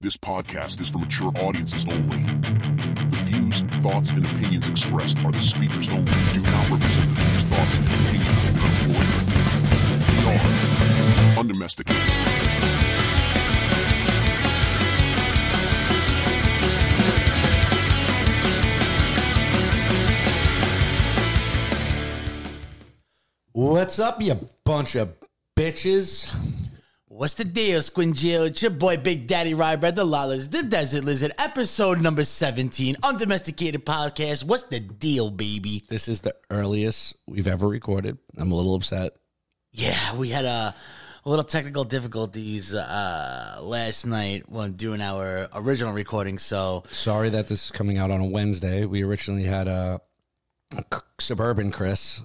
This podcast is for mature audiences only. The views, thoughts, and opinions expressed are the speakers only and do not represent the views, thoughts, and opinions of their employer. We are undomesticated. What's up, you bunch of bitches? What's the deal, Squingill? It's your boy Big Daddy Rybrad, the Lawless, the Desert Lizard, episode number 17, Undomesticated Podcast. What's the deal, baby? This is the earliest we've ever recorded. I'm a little upset. Yeah, we had a, a little technical difficulties uh, last night when doing our original recording, so Sorry that this is coming out on a Wednesday. We originally had a, a c- suburban Chris.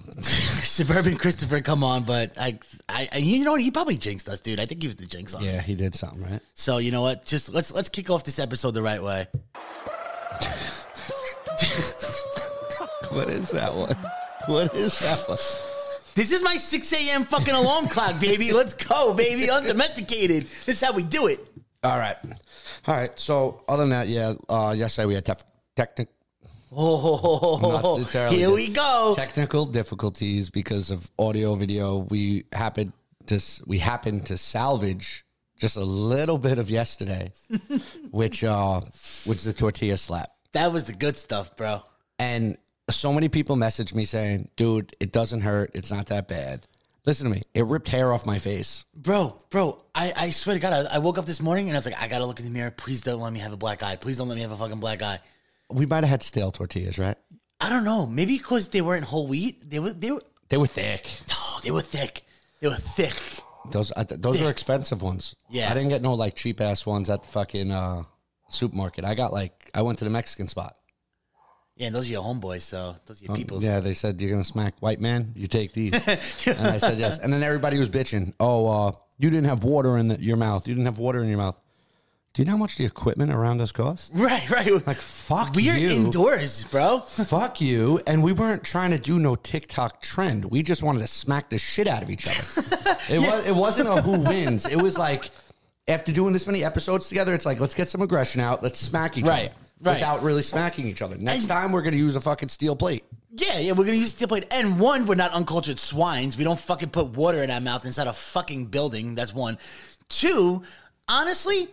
Suburban Christopher, come on, but I, I, I- you know what? He probably jinxed us, dude. I think he was the jinx on. it. Yeah, he did something right. So you know what? Just let's let's kick off this episode the right way. What is that one? What is that one? This is my 6 a.m. fucking alarm clock, baby. Let's go, baby. Undomesticated. This is how we do it. All right, all right. So other than that, yeah. Uh, yesterday we had tef- technic Oh, Not entirely here good. we go. technical difficulties because of audio video. We happened to s- we happened to salvage just a little bit of yesterday, which uh, was the tortilla slap. That was the good stuff, bro. And so many people messaged me saying, dude, it doesn't hurt. It's not that bad. Listen to me. It ripped hair off my face. Bro, bro, I, I swear to God, I, I woke up this morning and I was like, I gotta look in the mirror. Please don't let me have a black eye. Please don't let me have a fucking black eye. We might have had stale tortillas, right? I don't know. Maybe because they weren't whole wheat. They were, they were, They were thick. oh, they were thick. They were thick. Those I th- those are expensive ones. Yeah. I didn't get no like cheap ass ones at the fucking uh, supermarket. I got like I went to the Mexican spot. Yeah, and those are your homeboys, so those are your peoples. Yeah, they said you're gonna smack white man. You take these, and I said yes. And then everybody was bitching. Oh, uh, you didn't have water in the, your mouth. You didn't have water in your mouth. Do you know how much the equipment around us costs? Right, right. Like fuck. We're you. indoors, bro. fuck you. And we weren't trying to do no TikTok trend. We just wanted to smack the shit out of each other. It was it wasn't a who wins. It was like after doing this many episodes together, it's like let's get some aggression out. Let's smack each Right, other. right. Without really smacking each other. Next And- time we're gonna use a fucking steel plate. Yeah, yeah, we're gonna use steel plate. And one, we're not uncultured swines. We don't fucking put water in our mouth inside a fucking building. That's one. Two, honestly,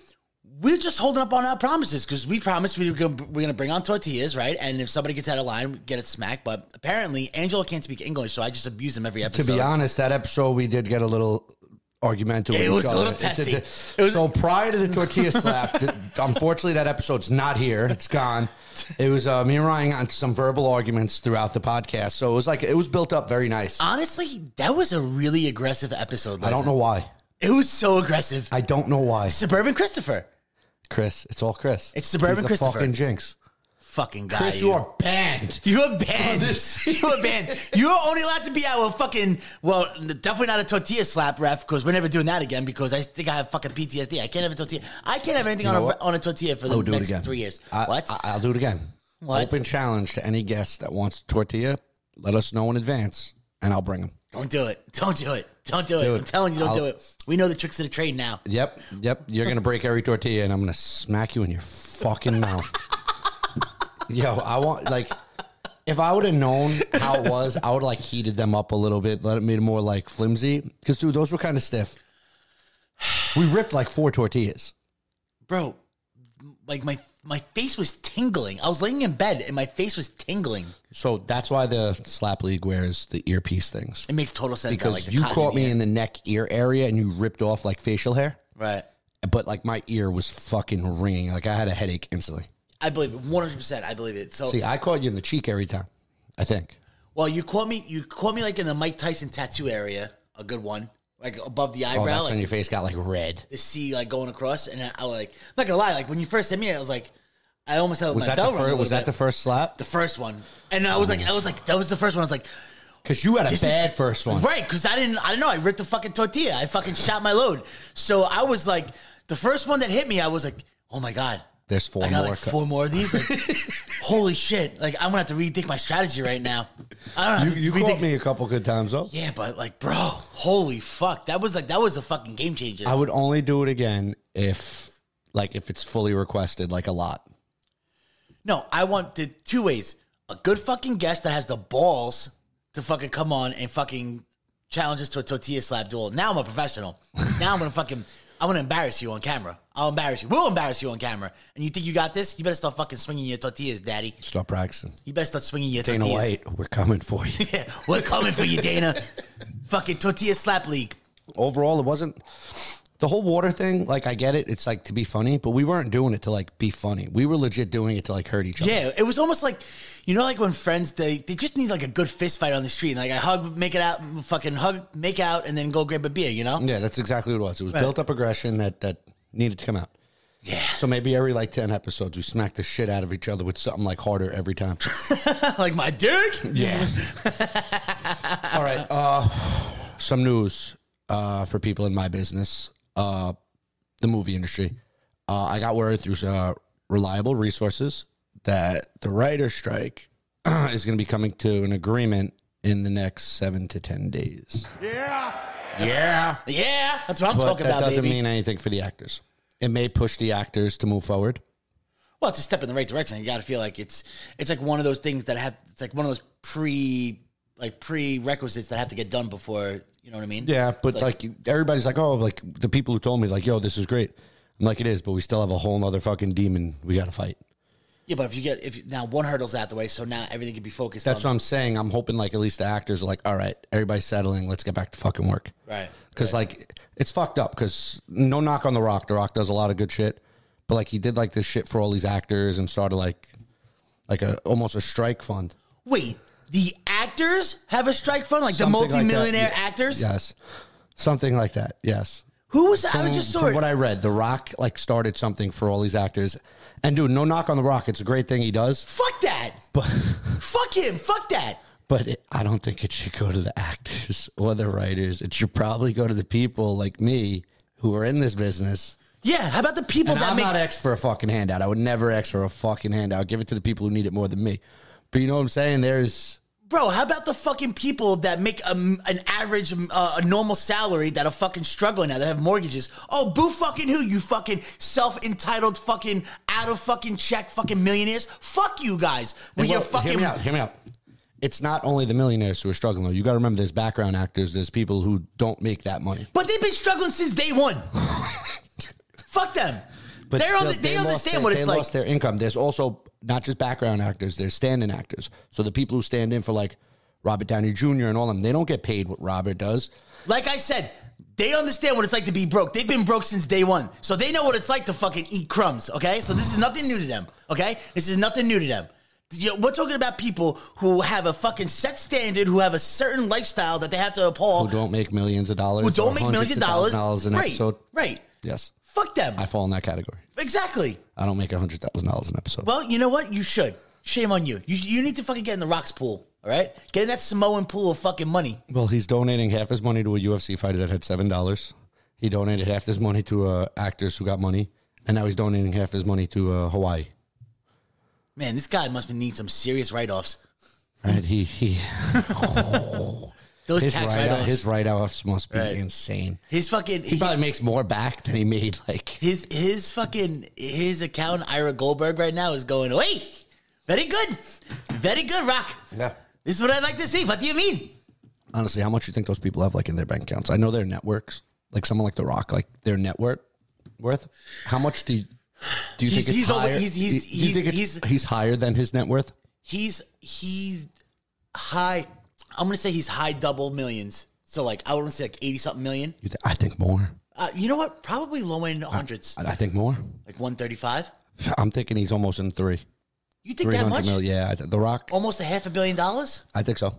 we're just holding up on our promises because we promised we were gonna, we're gonna bring on tortillas, right? And if somebody gets out of line, we get it smacked. But apparently, Angela can't speak English, so I just abuse him every To episode. be honest, that episode we did get a little argumentative. with It each was a other. little It did- testy. it- It was- so prior to the tortilla slap, th- unfortunately, that episode's not here. It's gone. It was uh, me and Ryan on some verbal arguments throughout the podcast. So it was like it was built up very nice. honestly, that was a really aggressive episode. I don't know why. It was so aggressive. I don't know why. Suburban Christopher, Christ, it's all Chris. It's suburban He's the Christopher. Fucking jinx. fucking guy. Chris, you are banned. You a banned. You a banned. You're only allowed to be out with fucking. Well, definitely not a tortilla slap ref because we're never doing that again. Because I think I have fucking PTSD. I can't have a tortilla. I can't have anything know on what? a, on a tortilla for the I'll do next it again. three years. I, what? I, will do it again. What? Open challenge to any guest that wants tortilla. Let us know in advance, and I'll bring him. don't do it. Don't do it. Don't do it. Dude, I'm telling you, don't do I'll- it. We know the tricks of the trade now. Yep, yep. You're gonna break every tortilla, and I'm gonna smack you in your fucking mouth. Yo, I want like, if I would have known how it was, I would like heated them up a little bit, let it made it more like flimsy. Because dude, those were kind of stiff. We ripped like four tortillas. Bro, like my my face was tingling. I was laying in bed and my face was tingling. So that's why the slap league wears the earpiece things. It makes total sense. Because that, like, the you cotton caught me ear. in the neck ear area and you ripped off like facial hair, Right. but like my ear was fucking ringing. Like I had a headache instantly. I believe it. 100%. I believe it. So See, I caught you in the cheek every time. I think. Well, you caught me. You caught me like in the Mike Tyson tattoo area, a good one, like above the Oh, eyebrow, that's like when your face got like red. the C, like going across. And I, I was like, not gonna lie, like when you first hit me, I was like, I almost had Was my that the bell rung a first? little Was that the bit. first slap? the first one? And I was like, I was like, that was the first one. I was like, Because you had a This is- bad first one. right? Because I didn't, I don't know. I ripped the fucking tortilla. I fucking shot my load. So I was like, the first one that hit me, I was like, oh my god. There's four I got more. like co- four more of these. Like, holy shit! Like I'm gonna have to rethink my strategy right now. I don't know. you you caught me a couple good times though. Yeah, but like, bro, holy fuck, that was like that was a fucking game changer. I would only do it again if Like if it's fully requested, like a lot. No, I want the two ways. A good fucking guest that has the balls to fucking come on and fucking challenge us to a tortilla slap duel. Now I'm a professional. now I'm gonna fucking I'm gonna embarrass you on camera. I'll embarrass you. We'll embarrass you on camera. And you think you got this? You better start fucking swinging your tortillas, daddy. Stop practicing. You better start swinging your Dana tortillas. White, we're coming for you. We're coming for you, Dana. fucking tortilla slap league. Overall, it wasn't the whole water thing. Like I get it. It's like to be funny, but we weren't doing it to like be funny. We were legit doing it to like hurt each other. Yeah, it was almost like, you know, like when friends they they just need like a good fist fight on the street. Like I hug, make it out, fucking hug, make out, and then go grab a beer. You know? Yeah, that's exactly what it was. It was built up aggression that that needed to come out. Yeah. So maybe every like ten episodes, we smack the shit out of each other with something like harder every time. like my dude. Yeah. All right. Uh, some news uh, for people in my business, uh, the movie industry. Uh, I got word through uh, reliable resources that the writer's strike is going to be coming to an agreement in the next seven to 10 days. Yeah, that's what I'm But talking that about, doesn't baby. mean anything for the actors. It may push the actors to move forward. well, it's a step in the right direction. You got to feel like it's it's like one of those things that have it's like one of those pre like prerequisites that have to get done before you know what I mean. Yeah, but like, everybody's like, oh, like the people who told me, like, yo, this is great. I'm like, it is, but we still have a whole other fucking demon we got to fight. yeah. But if you get if now one hurdle's out the way, so now everything can be focused. That's what on, I'm saying. I'm hoping like at least the actors are like, all right, everybody's settling. Let's get back to fucking work. right. Because like it's fucked up. Because no knock on the Rock. The Rock does a lot of good shit, but like he did like this shit for all these actors and started like like a almost a strike fund. Wait, the actors have a strike fund, like Something like the that. multimillionaire Yeah. actors. Yes, something like that. Yes. Who was I From- just saw from it. what I read, The Rock like started something for all these actors. And dude, no knock on The Rock. It's a great thing he does, Fuck that. but Fuck him. Fuck that. but it, I don't think it should go to the actors or the writers. It should probably go to the people like me who are in this business. Yeah. How about the people And that I'm make not X for a fucking handout. I would never X for a fucking handout. Give it to the people who need it more than me. But you know what I'm saying? There's Bro, how about the fucking people that make a, an average, uh, a normal salary that are fucking struggling now, that have mortgages? Oh, boo fucking who, you fucking self entitled fucking out of fucking check fucking millionaires? Fuck you guys. With your Well, fucking. Hear me out. Hear me out. It's not only the millionaires who are struggling though. You got to remember there's background actors. There's people who don't make that money. But they've been struggling since day one. Fuck them. But They're on still, the- they lost understand their- what they it's like. lost their income. There's also not just background actors. There's stand-in actors. So the people who stand in for like Robert Downey Jr. and all them, they don't get paid what Robert does. Like I said, they understand what it's like to be broke. They've been broke since day one. So they know what it's like to fucking eat crumbs, okay? So this is nothing new to them, okay? This is nothing new to them. You know, we're talking about people who have a fucking set standard, who have a certain lifestyle that they have to Who uphold, don't make millions of dollars. Oh. who don't or make hundreds millions of thousands dollars. an right, episode. right. Yes, Fuck them. I fall in that category. exactly. I don't make a hundred thousand dollars an episode. Well, you know what? You should. Shame on you. you. You need to fucking get in the rocks pool, all right? Get in that Samoan pool of fucking money. Well, he's donating half his money to a UFC fighter that had seven dollars. He donated half his money to uh, actors who got money, and now he's donating half his money to uh, Hawaii. Man, this guy must need some serious write offs. Right? He he. Those His tax write write offs. his write offs must be Right. insane. His fucking He probably makes more back than he made. Like his his fucking his account Ira Goldberg right now is going. Wait, very good, very good, Rock. Yeah. This is what I like to see. What do you mean? honestly, how much you think those people have like in their bank accounts? I know their networks. Like someone like The Rock, like their net worth. Worth? How much do you, do you He's- think it's he's over- higher? he's- Do you- he's- do you think he's- it's- he's- he's higher than his net worth? He's he's high. I'm gonna say he's high double millions. So like I would say like eighty something million. You th- I think more. Uh, you know what? Probably low end hundreds, I I think more. like one thirty five. I'm thinking he's almost in three. You think Three that hundred much? mil. Yeah, I th- The Rock. Almost a half a billion dollars. I think so.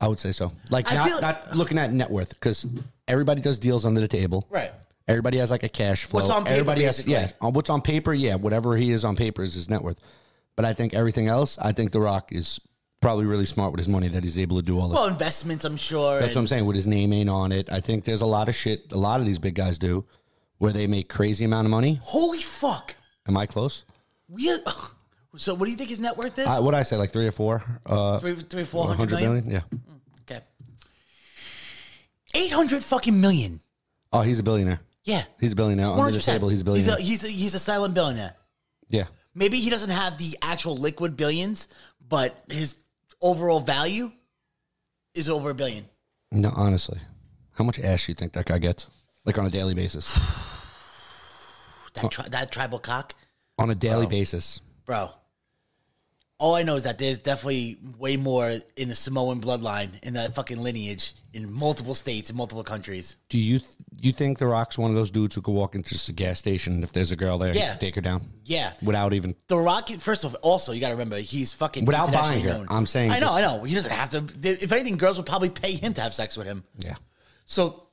I would say so. Like I not, feel- not looking at net worth because everybody does deals under the table. Right. Everybody has like a cash flow. What's on paper, everybody has basically. yeah. on- What's on paper? Yeah, whatever he is on paper is his net worth. But I think everything else. I think The Rock is probably really smart with his money that he's able to do all this. Well, investments, I'm sure. That's what I'm saying. With his name ain't on it. I think there's a lot of shit. A lot of these big guys do, where they make crazy amount of money. Holy fuck! Am I close? We are, so what do you think his net worth is? I, what I say, like three or four, uh, three, three, four hundred hundred million. million. Yeah. Okay. 800 fucking million. Oh, he's a billionaire. Yeah. He's a billionaire. Under the 100%. table, he's a billionaire. He's a, he's a, he's a silent billionaire. yeah. Maybe he doesn't have the actual liquid billions, but his overall value is over a billion. No, honestly. How much ass you think that guy gets? Like on a daily basis. That, tri- that tribal cock, On a daily basis. bro. All I know is that there's definitely way more in the Samoan bloodline in that fucking lineage in multiple states and multiple countries. Do you th- you think The Rock's one of those dudes who could walk into just a gas station and if there's a girl there, Yeah. yeah. take her down Yeah. without even The Rock, first of all, also you got to remember he's fucking Without internationally buying her, known. I'm saying I know, just- I know. He doesn't have to. If anything, girls would probably pay him to have sex with him. yeah. So,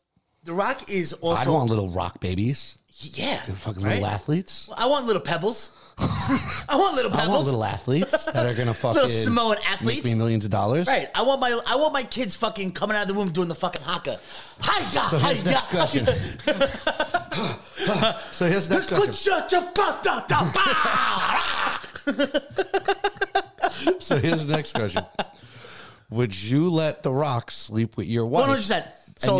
The Rock is I also don't want little rock babies, yeah, fucking right? little athletes. I want little pebbles. I want little pebbles. I want little athletes that are gonna fucking Little Samoan athletes. make me millions of dollars. Right. I want my I want my kids fucking coming out of the womb doing the fucking haka. Hi So here's next question. so here's next question. So here's the next question. Would you let The Rock sleep with your wife? 100%. So-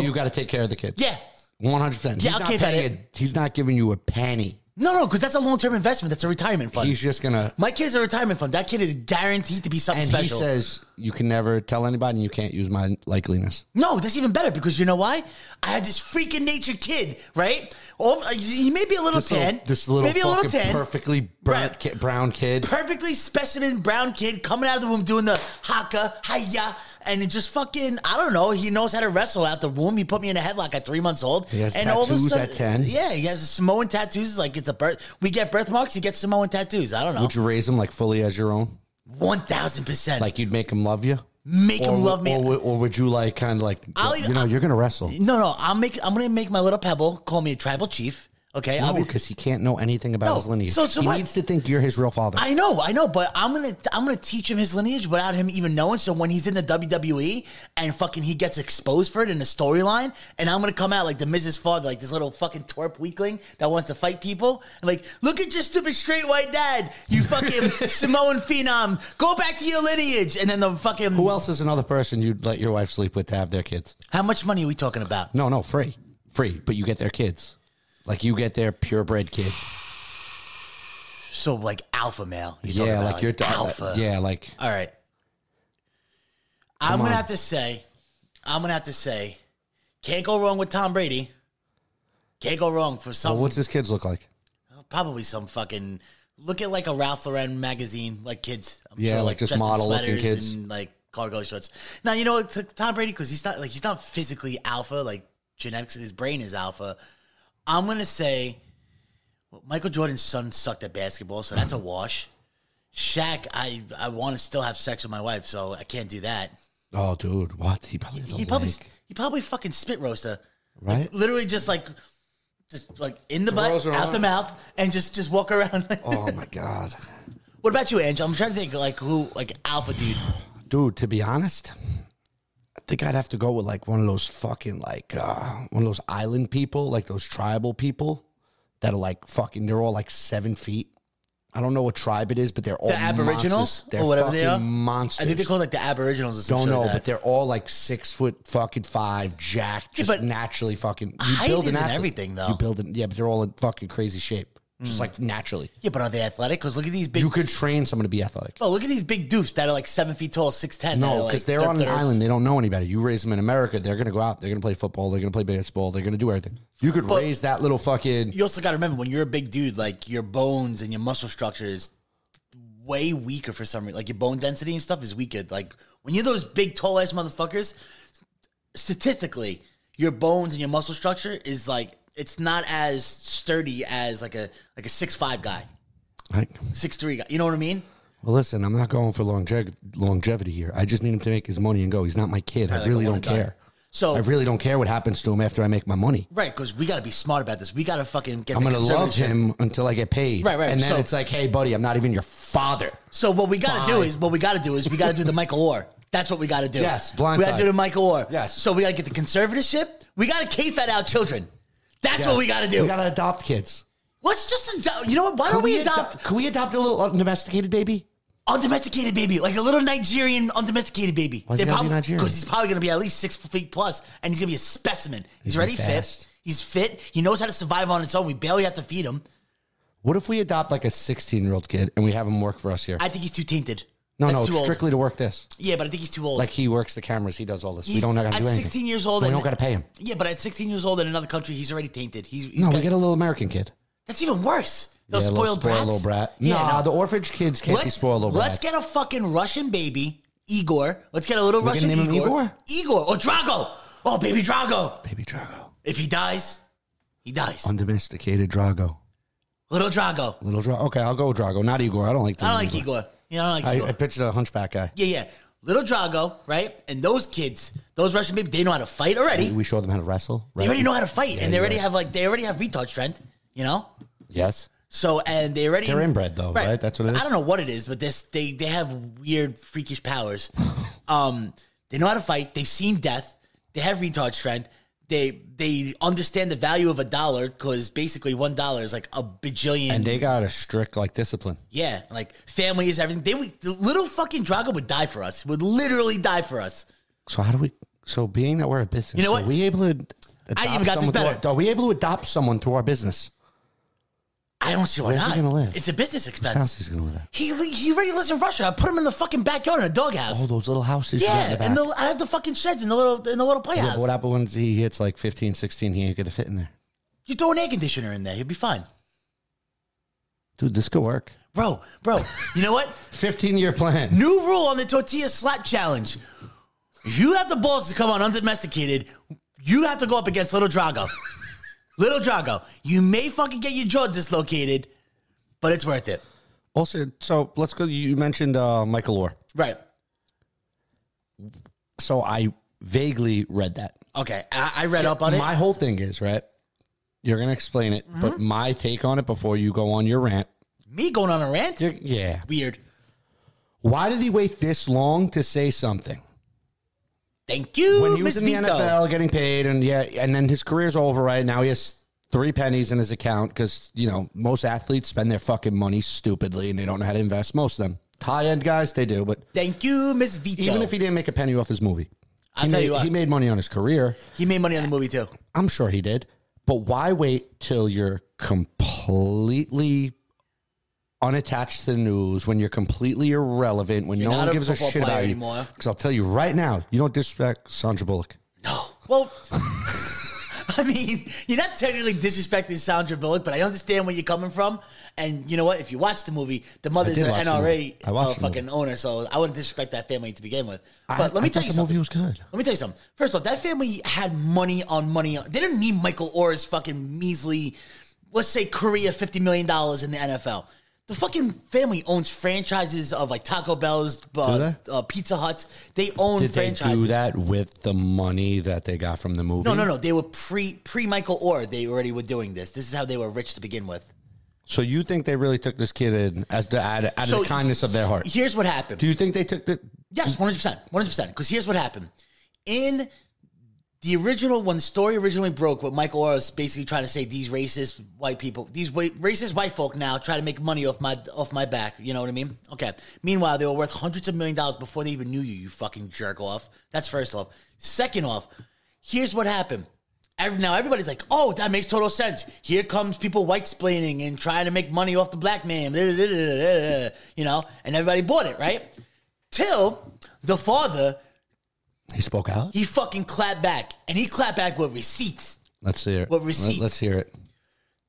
So you got to take care of the kids. Yeah. One hundred percent. Yeah, I'll keep at it. He's not giving you a penny. No, no, because that's a long term investment. That's a retirement fund. He's just gonna. my kid's a retirement fund. That kid is guaranteed to be something And he special. says you can never tell anybody, and you can't use my likeliness. No, that's even better because you know why? I had this freaking nature kid, right? Oh, he may be a little This tan, little, this little maybe a little fucking tan, perfectly burnt Right. ki- brown kid. perfectly specimen brown kid coming out of the womb doing the haka hiya and it just fucking I don't know. He knows how to wrestle out the womb. He put me in a headlock at three months old. He has and tattoos at 10. yeah, he has Samoan tattoos. Like it's a birth. We get birthmarks. He gets Samoan tattoos. I don't know. Would you raise him like fully as your own? One thousand percent. Like Like you'd make him love you? make or, him would- love me. Or, would- or would you like kind of like I'll you even- know you're gonna wrestle? no, no. I'll make. I'm gonna make my little pebble call me a tribal chief. Okay, I'll No, be because he can't know anything about No, his lineage. so- so he what? needs to think you're his real father. I know, I know, but I'm gonna I'm gonna teach him his lineage without him even knowing. So when he's in the WWE and fucking he gets exposed for it in the storyline, and I'm gonna come out like the Mrs. Father, like this little fucking twerp weakling that wants to fight people. I'm like, look at your stupid straight white dad, you fucking Samoan phenom. Go back to your lineage, and then the fucking Who else is another person you'd let your wife sleep with to have their kids? how much money are we talking about? No, no, free, free. But you get their kids, like you get their purebred kid. So like alpha male, you're talking yeah, about, like, your da- alpha, Yeah, like All right. I'm gonna on. have to say, I'm gonna have to say, can't go wrong with Tom Brady. Can't go wrong for some, well, what's his kids look like? probably some fucking look at like a Ralph Lauren magazine, like kids. I'm Yeah, like just dressed in model-looking sweaters kids. and like cargo shorts. Now you know it's like Tom Brady because he's not like he's not physically alpha, like genetics, his brain is alpha. I'm gonna say Michael Jordan's son sucked at basketball, so that's a wash. Shaq, I I want to still have sex with my wife, so I can't do that. Oh, dude, what? He probably He probably he probably fucking spit roaster, right. literally just like just like in the Throws butt, her out the arm. mouth, and just just walk around. Oh my god, what about you, Angel? I'm trying to think like who like alpha dude. dude. To be honest, I think I'd have to go with like one of those fucking like uh, one of those island people, like those tribal people that are like fucking. They're all like seven feet. I don't know what tribe it is, but they're all The Aboriginals monsters. They're or whatever they fucking are? Monsters. I think they call it like the Aboriginals or something. Don't know, but like that. they're all like six foot fucking five, jacked, just but naturally fucking. You height an isn't athlete. everything, though. You build an, yeah, but they're all in fucking crazy shape, just like naturally. yeah, but are they athletic? Because look at these big. You could train someone to be athletic. Oh, look at these big dudes that are like seven feet tall, six ten. No, because they're on an island. They don't know any better. You raise them in America, they're gonna go out. They're gonna play football. They're gonna play baseball. They're gonna do everything. You could raise that little fucking. You also got to remember when you're a big dude, like your bones and your muscle structure is way weaker for some reason. Like your bone density and stuff is weaker. Like when you're those big tall ass motherfuckers, statistically, your bones and your muscle structure is like it's not as sturdy as like a like a six five guy, Like, six three guy. You know what I mean? well, listen, I'm not going for longev- longevity here. I just need him to make his money and go. He's not my kid. I like really a one don't and done. care. So I really don't care what happens to him after I make my money. right, because we got to be smart about this. We got to fucking get. I'm the gonna love conservative shit. him until I get paid. Right, right. And then So- it's like, hey, buddy, I'm not even your father. So what we got to do Fine. is what we got to do is we got to do the Michael Orr. That's what we got to do. Yes, We got to blindside. do the Michael Orr. Yes. So we got to get the conservatorship. We got to k-fed our children. That's what we got to do. We gotta adopt kids. Let's just adopt. You know what? Why don't we, adopt Can we adopt a little undomesticated baby? undomesticated baby, like a little Nigerian undomesticated baby? Why's he gotta be Nigerian? Because he's probably going to be at least six feet plus, and he's going to be a specimen. He's, He's already fast. fit. He's fit. He knows how to survive on his own. We barely have to feed him. What if we adopt like a 16 year old kid and we have him work for us here? I think he's too tainted. no, That's no, too old. strictly to work this. Yeah, but I think he's too old. Like he works the cameras, he does all this. we He's- don't gotta at do anything. 16 years old we and- don't gotta pay him. yeah, but at 16 years old in another country, he's already tainted. He's, he's No, we got- get a little American kid. that's even worse. Those Yeah, a spoiled brats. little brat. Yeah, nah, no. the orphanage kids can't be let's, spoiled little brats. let's get a fucking Russian baby, Igor. Let's get a little We're gonna Russian name him Igor. Igor or Drago. Oh, baby Drago. Baby Drago, If he dies, he dies. undomesticated Drago, Little Drago. little Drago. Okay, I'll go with Drago, not Igor. I don't like. The I don't name like Igor. Yeah, I don't like I, Igor. I pictured a hunchback guy. yeah, yeah. Little Drago, right? And those kids, those Russian babies, they know how to fight already. We show them how to wrestle. Right? They already know how to fight, and they you're already right. have like they already have retard strength, you know. Yes. So and they already They're inbred though, right? That's what it is? I don't know what it is, but this they they have weird freakish powers. um, they know how to fight. They've seen death. They have retard strength. They they understand the value of a dollar because basically one dollar is like a bajillion. And they got a strict like discipline. yeah, like family is everything. They would, the little fucking Drago would die for us. Would literally die for us. So how do we? So being that we're a business, You know what? Are we able to? adopt even got this someone through better. Our, are we able to adopt someone through our business? I don't see why Where's he not. gonna live? It's a business House expense. he's gonna live at. He he already lives in Russia. I put him in the fucking backyard in a doghouse. All those little houses. you got in Yeah, the back. and the, I have the fucking sheds in the little in the little Yeah, playhouse. but what happens when he hits like 15, 16? He ain't gonna fit in there, you throw an air conditioner in there, you'll be fine, dude. This could work. bro, bro. you know what? 15 year plan. New rule on the tortilla slap challenge: if you have the balls to come on undomesticated, you have to go up against Little Drago. little Drago, you may fucking get your jaw dislocated, but it's worth it, Also, so let's go. You mentioned uh, Michael Orr. right? So I vaguely read that. Okay, I, I read up on it. My whole thing is right. You're gonna explain it, but Mm-hmm. my take on it before you go on your rant. Me going on a rant, You're- yeah. weird. Why did he wait this long to say something? Thank you, when he was Miss in the Vito. NFL getting paid, and yeah, and then his career's over. Right now, he has three pennies in his account because you know most athletes spend their fucking money stupidly, and they don't know how to invest. Most of them, high end guys, they do. But Thank you, Miss Vito. even if he didn't make a penny off his movie, I'll he tell made, you what. he made money on his career. he made money on the movie too. I'm sure he did. But why wait till you're completely unattached to the news, when you're completely irrelevant, when no not one a gives a football shit player about you? anymore. Because I'll tell you right now, you don't disrespect Sandra Bullock. No. Well, I mean, you're not technically disrespecting Sandra Bullock, but I understand where you're coming from. And you know what? If you watch the movie, the mother's did an watch the NRA movie. I watched uh, the movie. fucking owner, so I wouldn't disrespect that family to begin with. But I- let I me tell thought you the movie something. was good. Let me tell you something. First off, that family had money on money. On, they didn't need Michael Orr's fucking measly, let's say Korea fifty million dollars in the NFL. The fucking family owns franchises of like Taco Bell's, uh, they? uh, Pizza Huts. They own Did they franchises. do that with the money that they got from the movie? No, no, no. They were pre pre Michael Orr. They already were doing this. This is how they were rich to begin with. So you think they really took this kid in as the out, of- out So- of the kindness of their heart? Here's what happened. Do you think they took the? Yes, one hundred percent, one hundred percent. Because here's what happened: in the original, when the story originally broke, what Michael Orr was basically trying to say: these racist white people, these wa- racist white folk, now try to make money off my off my back. You know what I mean? Okay. Meanwhile, they were worth hundreds of million dollars before they even knew you. You fucking jerk off. That's first off. Second off, here's what happened. Every, now everybody's like, "Oh, that makes total sense." Here comes people white splaining and trying to make money off the black man, you know, and everybody bought it, right? Till the father, He spoke out. he fucking clapped back, and he clapped back with receipts. Let's hear it. What receipts? Let's hear it.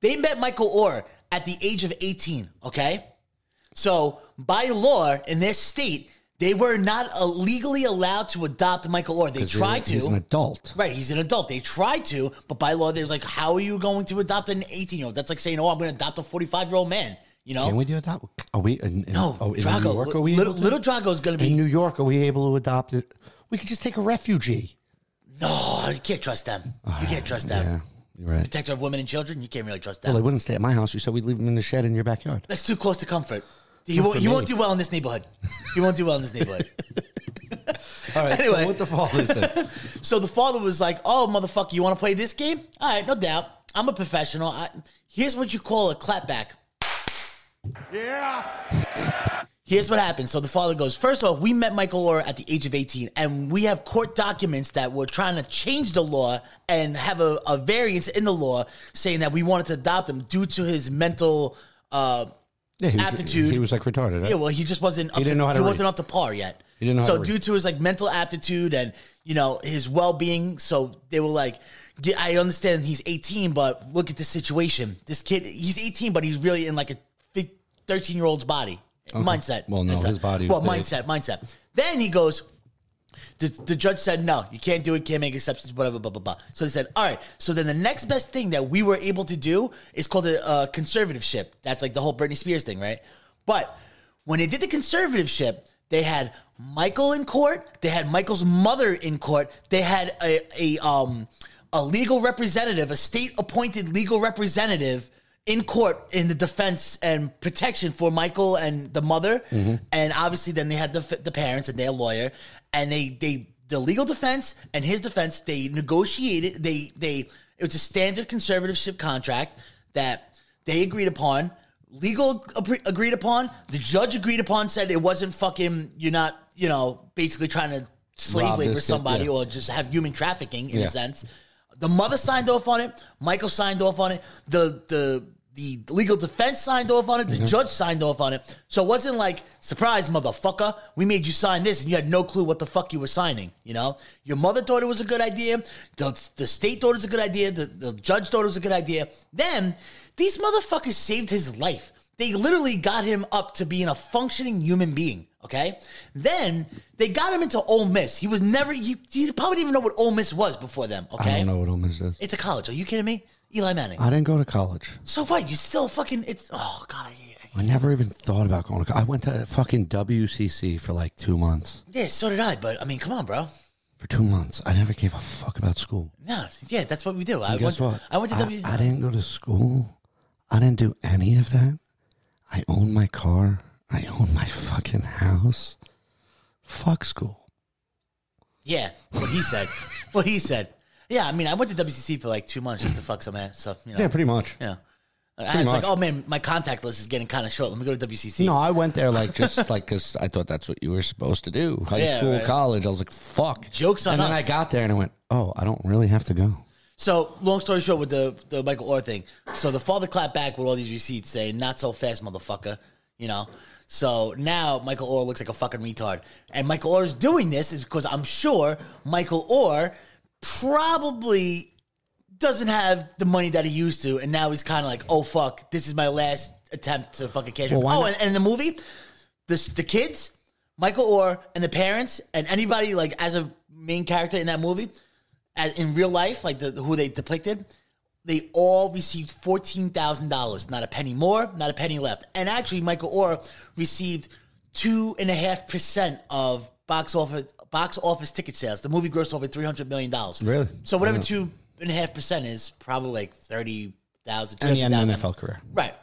They met Michael Orr at the age of 18, okay? So, by law in their state, they were not uh, legally allowed to adopt Michael Orr. They 'Cause he- tried to. He's an adult. Right, he's an adult. They tried to, but by law, they was like, "How are you going to adopt an 18 year old?" That's like saying, "Oh, I'm going to adopt a 45 year old man." You know? Can we do adopt? Are we? In, in, no, oh, in Drago. New York, are we? little, able to- little Drago's going to be. in New York, are we able to adopt it? We could just take a refugee. No, you can't trust them. You can't trust them. Ah, Yeah, you're right. Protector of women and children, you can't really trust them. Well, they wouldn't stay at my house. You said we'd leave them in the shed in your backyard. That's too close to comfort. He won't. for He me. won't do well in this neighborhood. He won't do well in this neighborhood. All right. Anyway. So what the fall is it? so the father was like, "Oh, motherfucker, you want to play this game? All right, no doubt. I'm a professional. I, here's what you call a clapback. Yeah. Here's what happened. So the father goes, First off, we met Michael Orr at the age of 18, and we have court documents that were trying to change the law and have a, a variance in the law saying that we wanted to adopt him due to his mental. Uh, Yeah, he was, Aptitude. He was like retarded. Right? yeah, well, he just wasn't. Up He didn't to, know how to He read. wasn't up to par yet. He didn't know how So to read. due to his like mental aptitude and you know his well being, so they were like, "Yeah, I understand he's 18, but look at the situation. This kid, he's 18, but he's really in like a 13 year old's body mindset. Well, no, That's his not- body Well, was- mindset, mindset. Then he goes. The, the judge said no, you can't do it, can't make exceptions, whatever, blah blah blah. So they said, all right. So then the next best thing that we were able to do is called a, uh conservative ship. That's like the whole Britney Spears thing, right? But when they did the conservative ship, they had Michael in court, they had Michael's mother in court, they had a, a um a legal representative, a state appointed legal representative in court in the defense and protection for Michael and the mother, Mm-hmm. and obviously then they had the the parents and their lawyer, and they they the legal defense and his defense they negotiated they they it was a standard conservatorship contract that they agreed upon legal appre- agreed upon the judge agreed upon said it wasn't fucking you're not you know basically trying to slave Rob labor this kid, somebody yeah. or just have human trafficking in a Yeah. sense. The mother signed off on it. Michael signed off on it. The the the legal defense signed off on it. Mm-hmm. The judge signed off on it. So it wasn't like surprise, motherfucker. We made you sign this, and you had no clue what the fuck you were signing. You know, your mother thought it was a good idea. The the state thought it was a good idea. The the judge thought it was a good idea. Then these motherfuckers saved his life. They literally got him up to being a functioning human being. Okay. Then they got him into Ole Miss. He was never. He, he probably didn't even know what Ole Miss was before them. Okay. I don't know what Ole Miss is. It's a college. Are you kidding me? Eli Manning. I didn't go to college. so what? You still fucking. It's oh god. I, I- I never even thought about going to college. I went to fucking WCC for like two months. yeah. So did I. But I mean, come on, bro. For two months, I never gave a fuck about school. No. Yeah. That's what we do. I And guess went. what? I went to W. I didn't go to school. I didn't do any of that. I own my car. I own my fucking house. Fuck school. yeah. What he said. what he said. Yeah. I mean, I went to WCC for like two months just to fuck some ass. So you know. Yeah. pretty much. I was like, much. oh man, my contact list is getting kind of short. Let me go to WCC. No, I went there like just like because I thought that's what you were supposed to do. High Yeah, school, right. college. I was like, fuck. Joke's on And then us. I got there and I went, oh, I don't really have to go. So, long story short, with the, the Michael Orr thing, so the father clapped back with all these receipts saying, not so fast, motherfucker, you know? So now Michael Orr looks like a fucking retard. And Michael Orr is doing this is because I'm sure Michael Orr probably doesn't have the money that he used to, and now he's kind of like, oh fuck, this is my last attempt to fucking catch Well, him. why Oh, not- and, and the movie, the the kids, Michael Orr, and the parents, and anybody like as a main character in that movie, as in real life, like the who they depicted, they all received fourteen thousand dollars, not a penny more, not a penny left. And actually, Michael Orr received two and a half percent of box office box office ticket sales. The movie grossed over three hundred million dollars. Really? So whatever two and a half percent is, probably like thirty thousand. And he had an NFL career. right?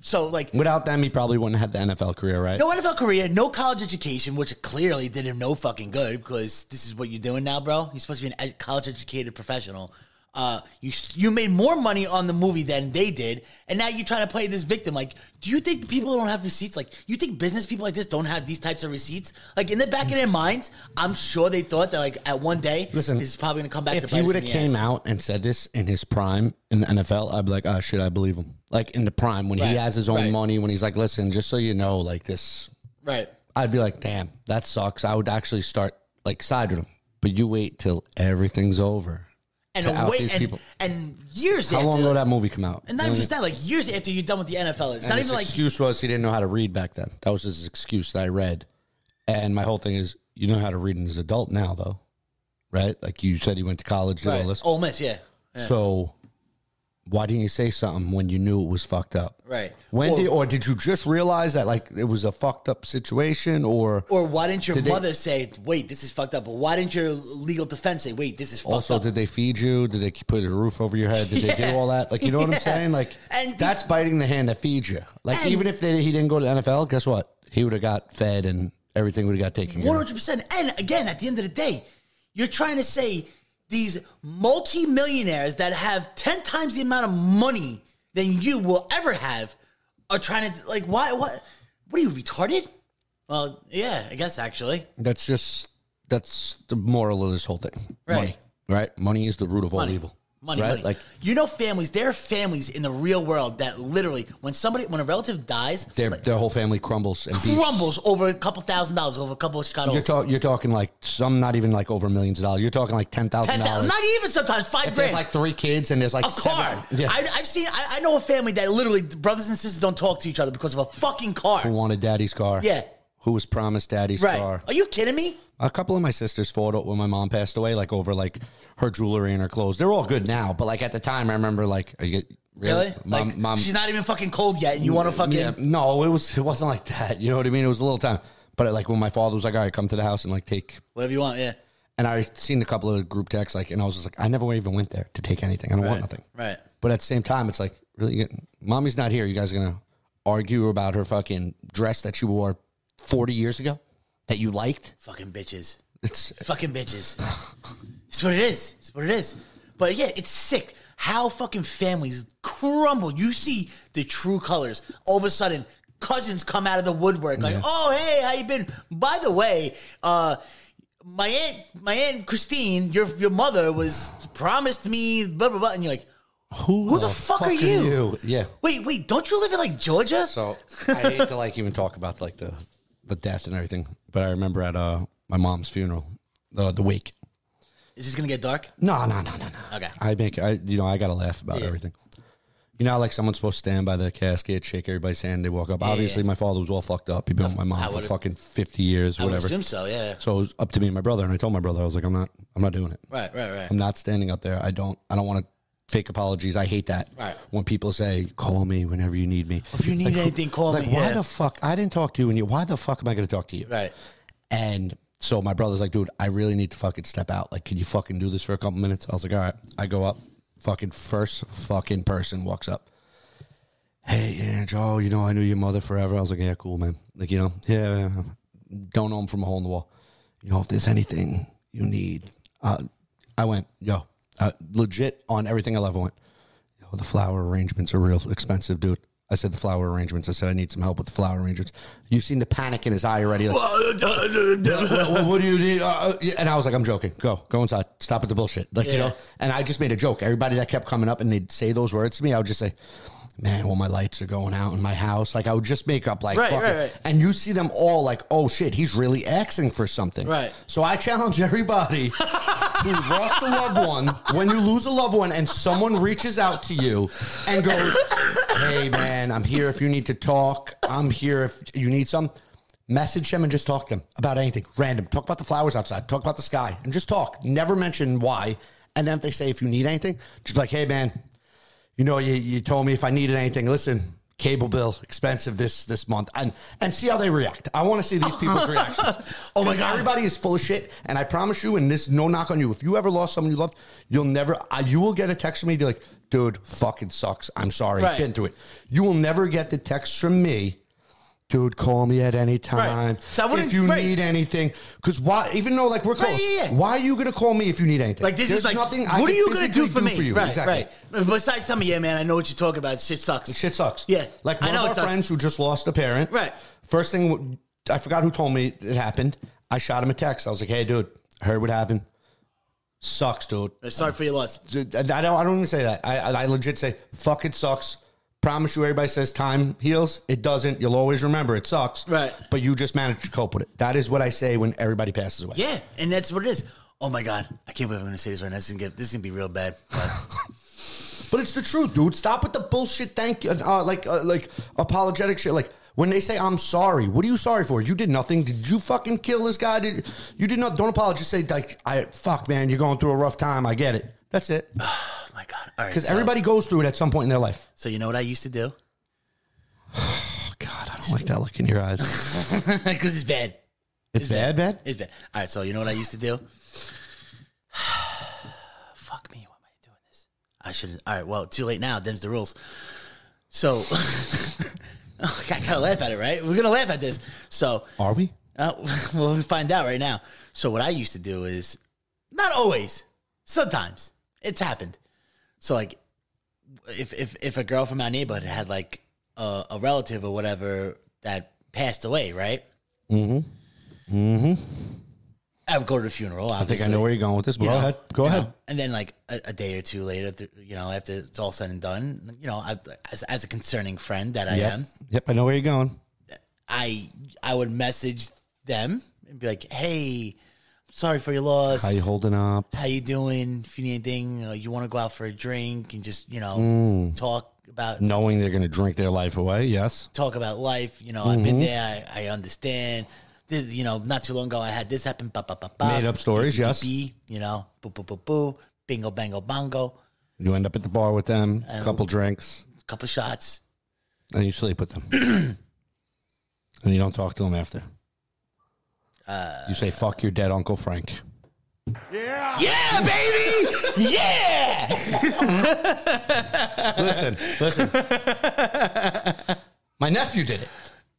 So like Without them, he probably wouldn't have the NFL career, right? no NFL career, no college education, which clearly did him no fucking good because this is what you're doing now, bro. You're supposed to be an ed- college educated professional. Uh, you you made more money on the movie than they did, and now you're trying to play this victim. Like, do you think people don't have receipts? Like, you think business people like this don't have these types of receipts? Like in the back of their minds, I'm sure they thought that like at one day, Listen, this is probably gonna come back. if to he bite us would in have the came ass. out and said this in his prime in the NFL, I'd be like, oh shit, I believe him. Like in the prime when Right, he has his own right. money, when he's like, listen, just so you know, like this, right? I'd be like, damn, that sucks. I would actually start like side with him. But you wait till everything's over. And to out wait, these and, people. and years How after, long ago that movie come out? and not even just that, like years after you're done with the NFL, it's not his even like excuse was he didn't know how to read back then. That was his excuse that I read. And my whole thing is, you know how to read as an adult now, though, right? Like you said, you went to college, did right, all this. Ole Miss, yeah. So why didn't you say something when you knew it was fucked up? Right. When Or- did, or did you just realize that like it was a fucked up situation, or Or why didn't your they- mother say, "Wait, this is fucked up"? Or why didn't your legal defense say, "Wait, this is fucked also up"? did they feed you? Did they put a roof over your head? Did they do all that? Like you know what I'm saying? Like And these- that's biting the hand that feeds you. Like And- even if they, he didn't go to the NFL, guess what? He would have got fed and everything would have got taken care One of. hundred percent. And again, at the end of the day, you're trying to say these multimillionaires that have ten times the amount of money than you will ever have are trying to like why what? What are you retarded? Well, yeah, I guess actually. That's just that's the moral of this whole thing. Right. Money, right? Money is the root of all Money. evil. Money, right? money. Like you know, families. There are families in the real world that literally, when somebody, when a relative dies, their their whole family crumbles and beats. crumbles over a couple thousand dollars, over a couple of Chicago. You're, talk, you're talking like some not even like over millions of dollars. You're talking like ten thousand Ten dollars. thousand, not even sometimes five If there's grand. like three kids and there's like a car. seven- yeah, I, I've seen. I, I know a family that literally brothers and sisters don't talk to each other because of a fucking car. who wanted daddy's car? Yeah. who was promised daddy's Right? car? Are you kidding me? A couple of my sisters fought o- when my mom passed away, like over like her jewelry and her clothes. They're all good now, but like at the time, I remember like, are you, really, Really? mom, like, mom, she's not even fucking cold yet, and you want to fucking Yeah, no, it was it wasn't like that. You know what I mean? It was a little time, but like when my father was like, "All right, come to the house and like take," whatever you want. Yeah. and I seen a couple of group texts like, and I was just like, "I never even went there to take anything. I don't want nothing." Right. But at the same time, it's like, really, you get- mommy's not here. You guys are gonna argue about her fucking dress that she wore forty years ago that you liked? Fucking bitches. It's fucking bitches. it's what it is. It's what it is. But yeah, it's sick how fucking families crumble. You see the true colors. All of a sudden, cousins come out of the woodwork like, "Oh, hey, how you been? By the way, uh." My aunt, my aunt Christine, your your mother was promised me blah blah blah, and you're like, who, the fuck are you? Yeah. wait, wait, don't you live in like Georgia? So I hate to like even talk about like the the death and everything, but I remember at uh my mom's funeral, the the wake. Is this gonna get dark? No, no, no, no, no. Okay. I make I you know I gotta laugh about everything. You know, how, like someone's supposed to stand by the casket, shake everybody's hand, they walk up. Obviously, my father was all fucked up. He'd been with my mom for would've- fucking fifty years, I would whatever. assume so. Yeah. So it was up to me and my brother, and I told my brother, I was like, I'm not, I'm not doing it. Right. Right. Right. I'm not standing up there. I don't, I don't want to fake apologies. I hate that. Right. When people say, call me whenever you need me. If you need anything, call Like, me. why yeah. the fuck? I didn't talk to you, and you. Why the fuck am I going to talk to you? right. And so my brother's like, dude, I really need to fucking step out. Like, could you fucking do this for a couple minutes? I was like, all right. I go up. Fucking first fucking person walks up. Hey, Ange, oh, you know, I knew your mother forever. I was like, yeah, cool, man. Like, you know, yeah, yeah, yeah. don't know him from a hole in the wall. You know, if there's anything you need, uh, I went, yo, uh, legit on everything I love, I went, yo, the flower arrangements are real expensive, dude. I said the flower arrangements. I said I need some help with the flower arrangements. You've seen the panic in his eye already. like, what, what- what do you need? Uh, uh, yeah. and I was like, I'm joking. Go, go inside. Stop with the bullshit. Like you Yeah. know. And I just made a joke. Everybody that kept coming up and they'd say those words to me, I would just say, "Man, well, my lights are going out in my house." Like I would just make up like, Right, fuck right, it. right. And you see them all like, "Oh shit, he's really asking for something." Right. So I challenge everybody who lost a loved one. When you lose a loved one and someone reaches out to you and goes, "Hey man, I'm here if you need to talk. I'm here if you need some." Message them and just talk to them about anything random. Talk about the flowers outside. Talk about the sky and just talk. Never mention why. And then if they say if you need anything, just be like, "Hey man, you know, you, you told me if I needed anything, listen, cable bill expensive this this month, and and see how they react. I want to see these people's reactions. oh my god, everybody is full of shit, and I promise you, and this is no knock on you. If you ever lost someone you loved, you'll never, I, you will get a text from me be like, dude, fucking sucks. I'm sorry, Right. been through it. You will never get the text from me. Dude, call me at any time So I wouldn't- if you right. need anything. Because why? Even though like we're close, yeah, yeah. why are you gonna call me if you need anything? Like this There's is like nothing. I what are can you gonna do physically for me? Right, exactly. right. Besides telling me, yeah, man, I know what you talk about. Shit sucks. Shit sucks. Yeah, Like I one know it of our sucks. friends who just lost a parent. Right. First thing, I forgot who told me it happened. I shot him a text. I was like, hey, dude, I heard what happened. Sucks, dude. Sorry for your loss. I don't, I don't even say that. I, I legit say, fuck, it sucks. Promise you, everybody says time heals. It doesn't. You'll always remember it sucks. Right. But you just managed to cope with it. That is what I say when everybody passes away. Yeah, and that's what it is. Oh my god, I can't believe I'm gonna say this right now. This is gonna, get, this is gonna be real bad. Oh But it's the truth, dude. Stop with the bullshit. Thank you, uh, like uh, like apologetic shit. Like when they say I'm sorry, what are you sorry for? You did nothing. Did you fucking kill this guy? Did you did not? Don't apologize. Say like I fuck, man. You're going through a rough time. I get it. That's it. oh my god. All right. Because so, everybody goes through it at some point in their life. So you know what I used to do? Oh God, I don't like that look in your eyes. It's, Because it's bad. bad, bad. It's bad. All right. So you know what I used to do? Fuck me. Why am I doing this? I shouldn't. All right. Well, too late now. Them's the rules. So I gotta laugh at it, right? We're gonna laugh at this. So Are we? Uh, well, we find out right now. So what I used to do is not always. Sometimes it's happened. So like, if if if a girl from our neighborhood had like a, a relative or whatever that passed away, right? I would go to the funeral. Mm-hmm. I think Obviously. I know where you're going with this. But you go know, ahead. Go you ahead. know, And then like a, a day or two later, th- you know, after it's all said and done, you know, I, as as a concerning friend that I Yep. am, Yep. I know where you're going. I I would message them and be like, "Hey, sorry for your loss. How you holding up? How you doing? If you need anything, uh, you want to go out for a drink and just you know Mm. talk about Knowing they're going to drink their life away. Yes. talk about life. You know, I've Mm-hmm. been there. I, I understand. This, you know, not too long ago, I had this happen. Ba, ba, ba, ba. Made up stories, Beep, beep, yes. beep, You know, boo, boo, boo, boo. Bingo, bango, bongo. You end up at the bar with them, a couple drinks, Couple shots. and you sleep with them. and you don't talk to them after. Uh, you say, fuck your dead Uncle Frank. Ah. Yeah, baby. yeah. Listen, listen. My nephew did it.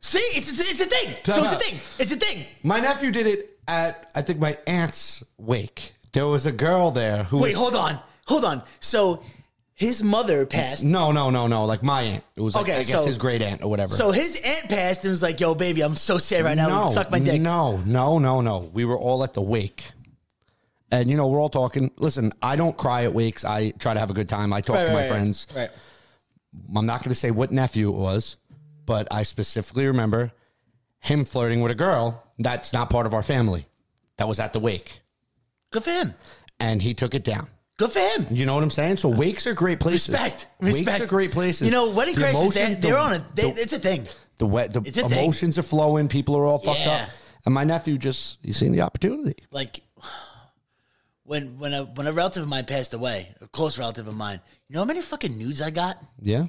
See, it's it's, it's a thing. Time so it's out. a thing. It's a thing. My nephew did it at, I think, my aunt's wake. There was a girl there who Wait, was- hold on, hold on. So his mother passed. No, no, no, no. Like my aunt. It was like, Okay, I guess so- his great aunt or whatever. So his aunt passed and was like, "Yo, baby, I'm so sad right now. Suck my dick." No, no, no, no. We were all at the wake. And you know, we're all talking. Listen, I don't cry at wakes. I try to have a good time. I talk Right, to my right, right, friends. Right. I'm not going to say what nephew it was, but I specifically remember him flirting with a girl that's not part of our family that was at the wake. Good for him. And he took it down. Good for him. You know what I'm saying? So wakes are great places. Respect. Wakes Respect. are great places. You know, wedding The crashes. emotion, They're, the- they're on a. They, the- it's a thing. the wet the It's a thing. emotions are flowing people are all fucked Yeah. up and my nephew just he's seen the opportunity Like when when a when a relative of mine passed away, a close relative of mine. You know how many fucking nudes I got? yeah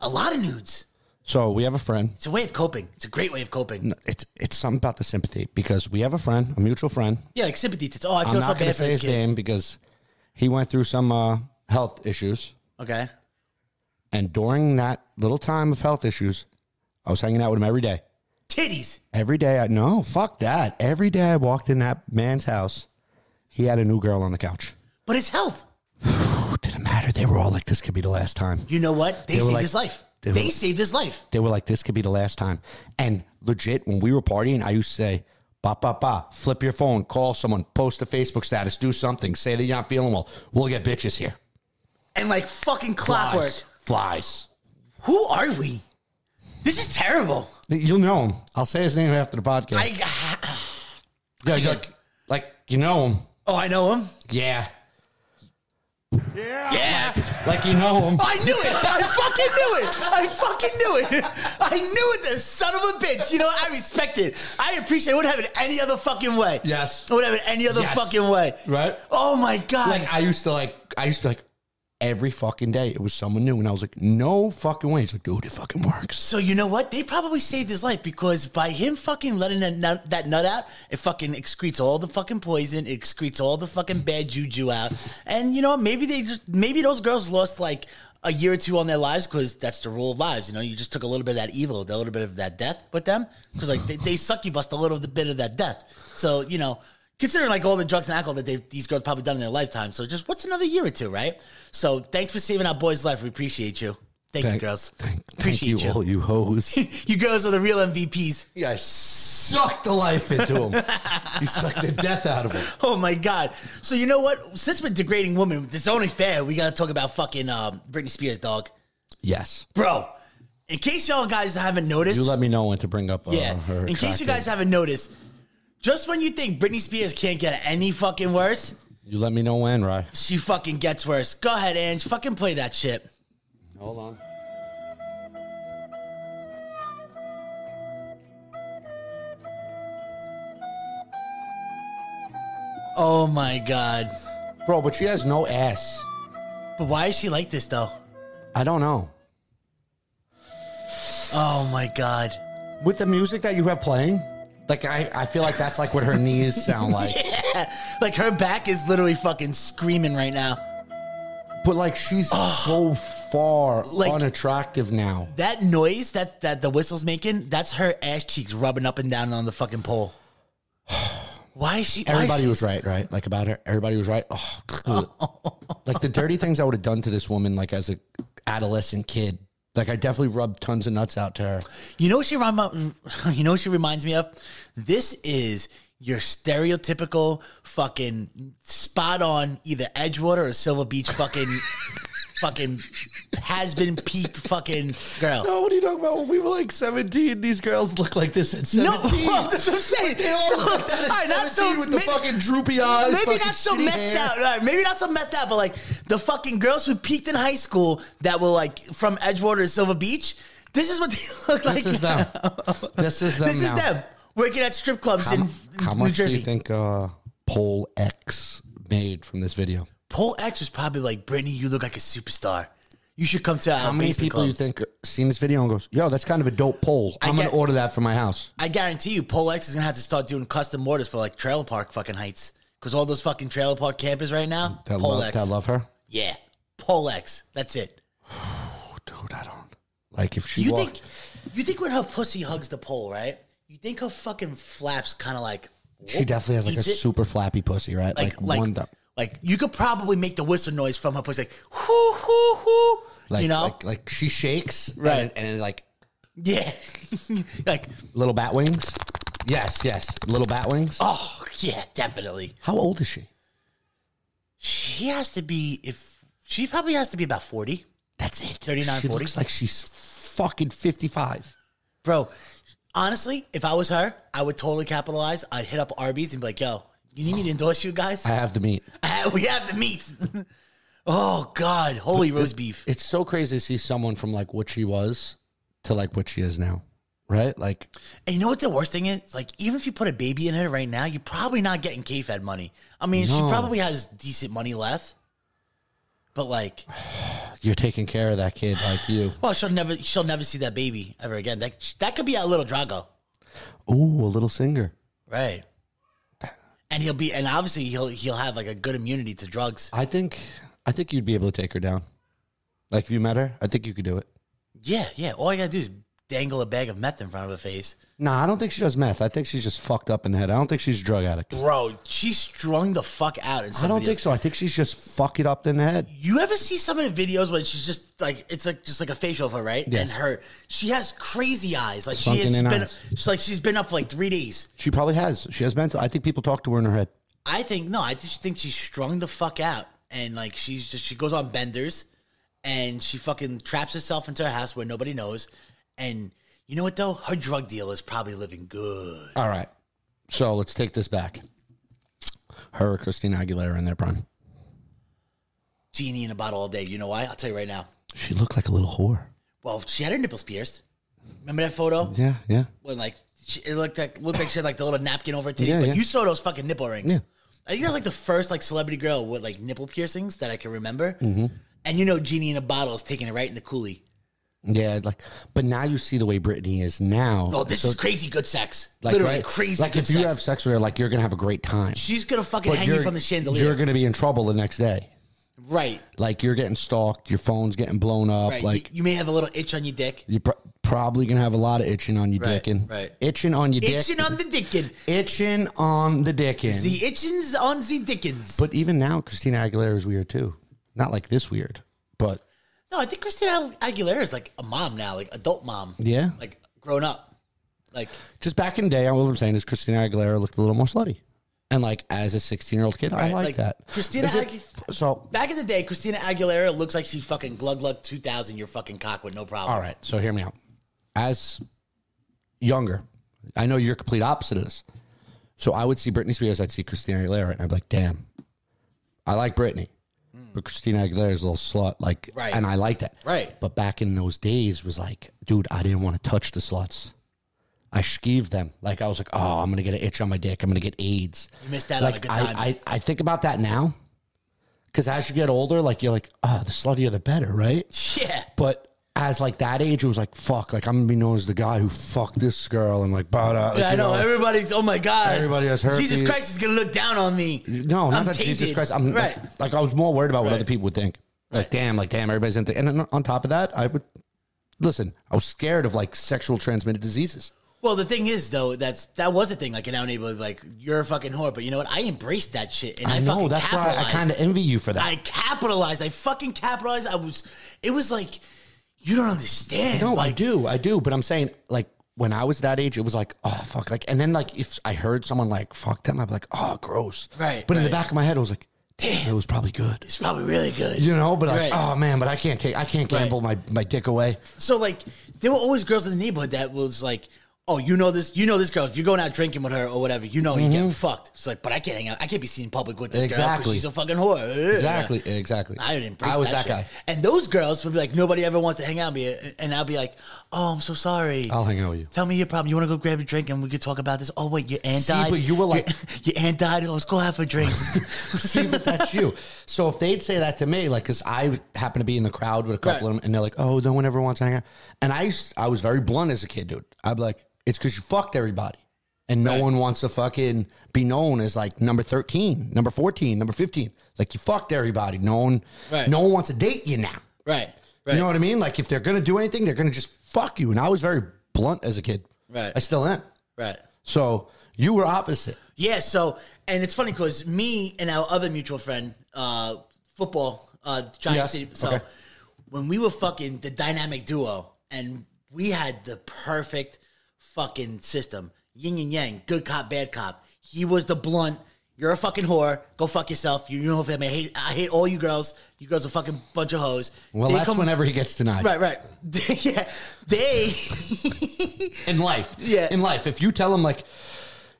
A lot of nudes. so we have a friend It's a way of coping. It's a great way of coping. it's it's something about the sympathy because we have a friend a mutual friend Yeah, like sympathy. It's oh, I feel i'm so not going to bad for say this his kid. name because he went through some uh, health issues Okay. and during that little time of health issues i was hanging out with him every day Titties. every day i no fuck that every day i walked in that man's house he had a new girl on the couch But it's health. It didn't matter they were all like this could be the last time You know what? They, They were saved like- his life. they They, were- saved his life. they were like, this could be the last time. And legit, when we were partying, I used to say, ba, ba, ba, flip your phone, call someone, post a Facebook status, do something, say that you're not feeling well. We'll get bitches here. And like fucking Flies. clockwork. Flies. Who are we? This is terrible. You'll know him. I'll say his name after the podcast. I Yeah, you're like, like, you know him. oh, I know him. Yeah. Yeah, Like, you know him. I knew it. I fucking knew it. I fucking knew it. I knew it. The son of a bitch. You know, what? I respect it. I appreciate. It. I wouldn't have it any other fucking way. Yes. I would have it any other Yes. fucking way. Right? Oh my god. Like, I used to, like, I used to, like, every fucking day it was someone new. And I was like, no fucking way. He's like, dude, it fucking works. So you know what? They probably saved his life because by him fucking letting that nut, that nut out, it fucking excretes all the fucking poison, it excretes all the fucking bad juju out. And you know, what? maybe they just maybe those girls lost like a year or two on their lives because that's the rule of lives. You know, you just took a little bit of that evil, a little bit of that death with them because like they, they succubused a little bit of that death. So you know, considering like all the drugs and alcohol that they these girls probably done in their lifetime, so just what's another year or two, right? So thanks for saving our boy's life. We appreciate you. Thank, you, Thank- girls. Thank appreciate you, all you hoes. you girls are the real MVPs. Yeah, I sucked the life into him. you sucked the death out of him. Oh my god! So you know what? Since we're degrading women, it's only fair we gotta talk about fucking um, Britney Spears, dog, Yes. bro. In case y'all guys haven't noticed, You let me know when to bring up uh, yeah. her. In case you attractive- guys haven't noticed, just when you think Britney Spears can't get any fucking worse, You let me know when, Rye. she fucking gets worse. Go ahead, Ange, fucking play that shit. Hold on. Oh my god! Bro, but she has no ass. But why is she like this though? I don't know. Oh my god! With the music that you have playing, like I, I feel like that's like what her knees sound like. Like her back is literally fucking screaming right now. But like she's so far Like- unattractive now. That noise that that the whistle's making, that's her ass cheeks rubbing up and down on the fucking pole. Why is she? why is Everybody she- was right, right? Like about her. Everybody was right. Oh, like the dirty things I would have done to this woman, like as a adolescent kid, Like I definitely rubbed tons of nuts out to her. You know what she remi- you know what she reminds me of? This is your stereotypical fucking spot on either Edgewater or Silver Beach fucking fucking has been peaked fucking girl. No, what are you talking about? When we were like 17, these girls look like this at No, 17. well, that's what I'm saying. They all So- look like that at all right, not so 17 with the maybe- fucking droopy eyes. Maybe fucking not so shitty methed hair. out. All right, maybe not so methed out, but like the fucking girls who peaked in high school that were like from Edgewater to Silver Beach. This is what they look like. This is them. This is them. This is now. them working at strip clubs How, in mu- how New much Jersey. do you think uh, Pole X made from this video? Pole X was probably like, Brittany, you look like a superstar. You should come to our How many people you think? think seen this video and goes, "Yo, that's kind of a dope pole. I'm gonna get- order that for my house." I guarantee you, Pole X is gonna have to start doing custom orders for like trailer park fucking heights because all those fucking trailer park campers right now. That Pole love, X, that love her, yeah, Pole X. That's it. Oh, dude. I don't like if she. You walked, think? You think when her pussy hugs the pole, right? You think her fucking flaps kind of like she definitely has like a eats it? super flappy pussy, right? like like one that- like you could probably make the whistle noise from her pussy, like hoo hoo hoo. like, you know, like like she shakes, Right. And, and like yeah, like little bat wings. Yes, yes, little bat wings. oh yeah, definitely. How old is she? She has to be if she probably has to be about 40. That's it. 39, She 40. looks like she's fucking fifty-five. Bro, honestly, if I was her, I would totally capitalize. I'd hit up Arby's and be like, yo, you need me to endorse you guys? I have to meet. we have to meet. oh, God. Holy roast beef. It's so crazy to see someone from like what she was to like what she is now, right? Like And you know what the worst thing is? Like, even if you put a baby in her right now, you're probably not getting K Fed money. I mean, she No. probably has decent money left. But like, you're taking care of that kid, like you. well, she'll never, she'll never see that baby ever again. That that could be our little Drago. Ooh, a little singer. Right. And he'll be, and obviously he'll he'll have like a good immunity to drugs. I think I think you'd be able to take her down. Like if you met her, I think you could do it. Yeah, yeah. All you gotta do is dangle a bag of meth in front of her face, No, I don't think she does meth. I think she's just fucked up in the head. I don't think she's a drug addict. bro. She strung the fuck out. In some I don't think videos. so. I think she's just fuck it up in the head. You ever see some of the videos when she's just like it's like just like a facial of her, right? Yes. And her, she has crazy eyes. Like she Sunken has in been, eyes. she's like she's been up for like three days. She probably has. She has mental. I think people talk to her in her head. I think no, I just think she's strung the fuck out, and like she's just she goes on benders, and she fucking traps herself into her house where nobody knows, and you know what though, her drug deal is probably living good. All right. So let's take this back. Her or Christina Aguilera in their prime. Genie in a bottle all day. You know why? I'll tell you right now. She looked like a little whore. Well, she had her nipples pierced. Remember that photo Yeah, yeah. when like she, it looked like looked like she had like the little napkin over her titties. Yeah, but yeah. you saw those fucking nipple rings. Yeah. I think that was like the first like celebrity girl with like nipple piercings that I can remember. Mm-hmm. And you know, Genie in a bottle is taking it right in the coolie. Yeah, like but now you see the way Brittany is now. Oh, this So, is crazy good sex. like, Literally right? crazy Like good if you sex. have sex with her, like you're gonna have a great time. She's gonna fucking But hang you you're- from the You're chandelier. going to be in trouble the next day. right. Like you're getting stalked, your phone's getting blown up. Right. Like you, you may have a little itch on your dick. you're pro- probably going to have a lot of itching on your Right, dickin'. right. Itching on your dick. Itching on the dickin. Itching on the dickin. The itchins on the dickens. but even now, Christina Aguilera is weird too. Not like this weird, but No, I think Christina Aguilera is like a mom now, like adult mom. yeah. Like grown up. Like Just back in the day, all I'm saying is Christina Aguilera looked a little more slutty. And like as a 16 year old kid, I Right, like, like, that. Christina Is it- Agu- so back in the day, Christina Aguilera looks like she fucking glug glug 2000 your fucking cock with no problem. All right, so hear me out. As younger, I know you're complete opposite of this. So I would see Britney Spears, I'd see Christina Aguilera, and I'd be like, damn, I like Britney, but Christina Aguilera's a little slut, like, Mm. Right. and I like that, Right. But back in those days, was like, dude, I didn't want to touch the sluts. I skeeved them. Like I was like, oh, I'm gonna get an itch on my dick. I'm gonna get AIDS. You missed out on a Like good time. I, I, I think about that now, because as you get older, like you're like, oh, the sluttier the better, right? yeah. But as like that age, it was like fuck. Like I'm gonna be known as the guy who fucked this girl and like blah blah. like, Yeah, I you know. Everybody's, oh my God. Everybody has herpes. Jesus Christ is going to look down on me. no, not I'm that Jesus tainted. Christ. I'm right. like, like I was more worried about what Right. other people would think. Like damn, like damn, everybody's into. And then on top of that, I would listen. I was scared of like sexual transmitted diseases. Well, the thing is, though, that's that was a thing. Like in our neighborhood, like you're a fucking whore, but you know what? I embraced that shit, and I, I, fucking know that's why capitalized. I kind of envy you for that. I capitalized. I fucking capitalized. I was. It was like You don't understand. No, I like, do, I do. But I'm saying, like, when I was that age, it was like, oh fuck, like, and then like if I heard someone like fuck them, I'd be like, oh gross, Right, But in the right. back of my head, I was like, damn, it was probably good, It's probably really good. you know. But like, Right. oh man, but I can't take, I can't gamble my my dick away. So like there were always girls in the neighborhood that was like, oh, you know this, you know this girl. If you're going out drinking with her or whatever, you know you get fucked. It's like, but I can't hang out. I can't be seen in public with this girl because Mm-hmm. Exactly. she's a fucking whore. Exactly, exactly. I would embrace. I was that, that, shit. guy. And those girls would be like, nobody ever wants to hang out with me, and I'll be like, oh, I'm so sorry. I'll hang out with you. Tell me your problem. You want to go grab a drink and we could talk about this? Oh wait, your aunt See, died. but you were like- your, your aunt died. Let's go have a drink. See, but that's you. So if they'd say that to me, like, because I happen to be in the crowd with a couple Right. of them, and they're like, "Oh, no one ever wants to hang out," and I, used, I was very blunt as a kid, dude. I'd be like, "It's because you fucked everybody, and no Right. one wants to fucking be known as like number thirteen, number fourteen, number fifteen. Like you fucked everybody. No one, Right. no one wants to date you now. right. Right. You know what I mean? Like if they're gonna do anything, they're gonna just fuck you. And I was very blunt as a kid. Right. I still am. right. So you were opposite. Yeah, so and it's funny because me and our other mutual friend, uh, football, uh, Yes, Giants. team, So okay. when we were fucking the dynamic duo, and we had the perfect fucking system, yin and yang, good cop, bad cop. He was the blunt. You're a fucking whore. Go fuck yourself. You know if I hate, I hate all you girls. You girls are fucking bunch of hoes. Well, They that's whenever he gets denied. Right, right. yeah, they. in life. Yeah. In life. If you tell him like,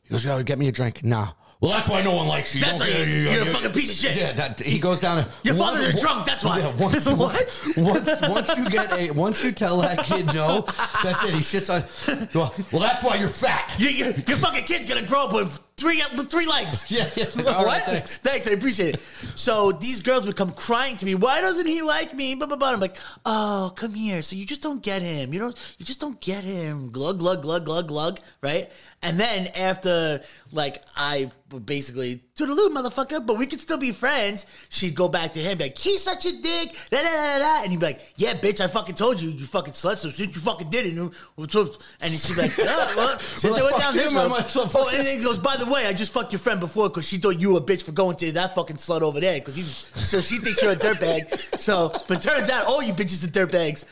he goes, "Yo, get me a drink." Nah. Well, that's why no one likes you. You That's don't why get- you- you- you're a you- fucking piece of shit. Yeah. That he goes down. and- Your one- father's a one- drunk, that's why. Yeah, once, What? Once, once you get a, once you tell that kid no, that's it. He shits on. Well, well that's why you're fat. Your, your, your fucking kid's gonna grow up with three three legs. Yeah, yeah. All what? right, thanks. thanks. I appreciate it. So these girls would come crying to me. Why doesn't he like me? Blah blah blah. I'm like, oh, come here. So you just don't get him. You don't. You just don't get him. Glug glug glug glug glug. Right. And then after, like, I would basically toodaloo, motherfucker. But we could still be friends. She'd go back to him, be like, he's such a dick. Da, da, da, da. And he'd be like, yeah, bitch, I fucking told you, you fucking slut. So since you fucking did it, you- what's up?" and she'd be like, yeah, well, since Well, I went fuck down you, this man, road. might as well Oh, and then he goes, by the way, I just fucked your friend before because she thought you were a bitch for going to that fucking slut over there. Because so she thinks you're a dirtbag. So, but turns out all you bitches are dirtbags.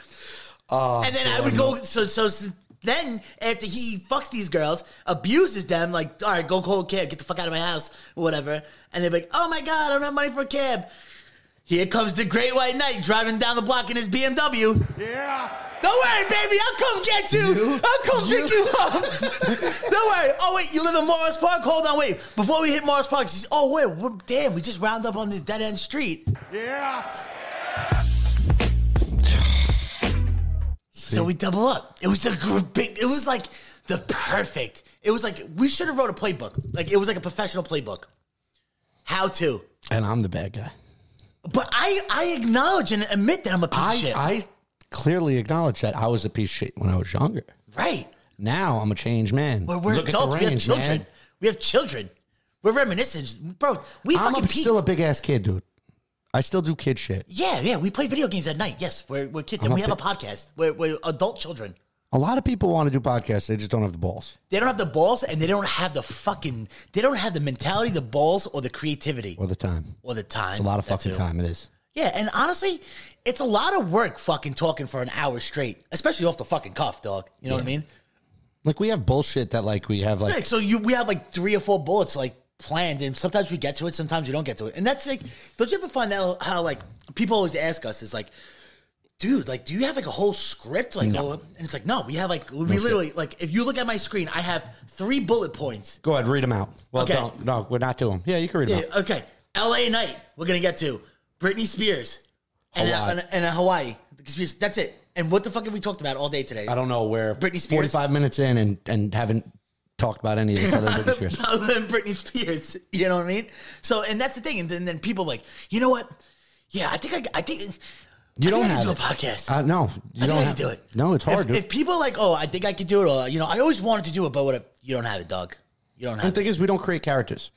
Oh, and then I would go. So, so s- then after he fucks these girls, abuses them, like, all right, go call a cab, get the fuck out of my house, or whatever. And they're like, oh my god, I don't have money for a cab. Here comes the Great White Knight driving down the block in his BMW. Don't worry, baby. I'll come get you. You? I'll come pick You? you up. Don't worry. Oh wait, you live in Morris Park. Hold on, wait. Before we hit Morris Park, she's oh wait, we're, damn, we just round up on this dead end street. So we double up. It was the gr- big. It was like the perfect. It was like we should have wrote a playbook. Like it was like a professional playbook. How to. And I'm the bad guy. But I I acknowledge and admit that I'm a piece of I shit. I clearly acknowledge that I was a piece of shit when I was younger. right. Now I'm a changed man. But we're Look at the adults. we have range, children. man. We have children. We're reminiscent, bro. We I'm fucking a- peaked. still a big ass kid, dude. I still do kid shit. Yeah, yeah. We play video games at night. Yes, we're, we're kids, and a we have a bit- podcast. We're, we're adult children. A lot of people want to do podcasts, they just don't have the balls. They don't have the balls, and they don't have the fucking. They don't have the mentality, the balls, or the creativity, Or the time. or the time. A lot of That fucking too. time it is. Yeah, and honestly, it's a lot of work fucking talking for an hour straight, especially off the fucking cuff, dog. You know what I mean? Like we have bullshit that like we have Right, like so you we have like three or four bullets like planned, and sometimes we get to it, sometimes we don't get to it, and that's like, don't you ever find out how like people always ask us is like, dude, like, do you have like a whole script? Like, oh, and it's like, no, we have like we literally like if you look at my screen, I have three bullet points. go ahead read them out. Well, Okay. don't no, we're not doing. Yeah, you can read them. out. Okay, L.A. Night, we're gonna get to Britney Spears and Hawaii. and, and Hawaii. The conspiracy- That's it. And what the fuck have we talked about all day today? I don't know where Britney Spears? 45 minutes in and and haven't talked about any of this other Britney Spears. other than Britney Spears. You know what I mean? So, and that's the thing. And then, then people like, you know what? Yeah, I think I, I think You I don't think I have could do it. a podcast. Uh, no, you I don't think I have could do it. No, it's hard, If, dude. if people like, oh, I think I could do it, or you know, I always wanted to do it, but what if you don't have it, dog? You don't the have it, thing is we don't create characters.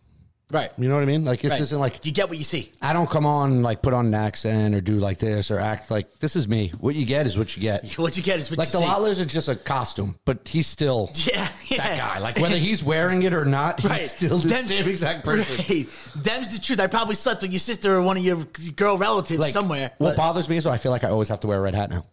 right? You know what I mean? Like this Right. isn't like you get what you see. I don't come on and, like put on an accent or do like this or act like this is me. What you get is what you get. What you get is what Like the you see. Lawlers is just a costume, but he's still yeah, yeah. that guy. Like whether he's wearing it or not, he's Right. still the That's- same exact person. Right. Them's the truth. I probably slept with your sister or one of your girl relatives Like somewhere. What but- bothers me is I feel like I always have to wear a red hat now.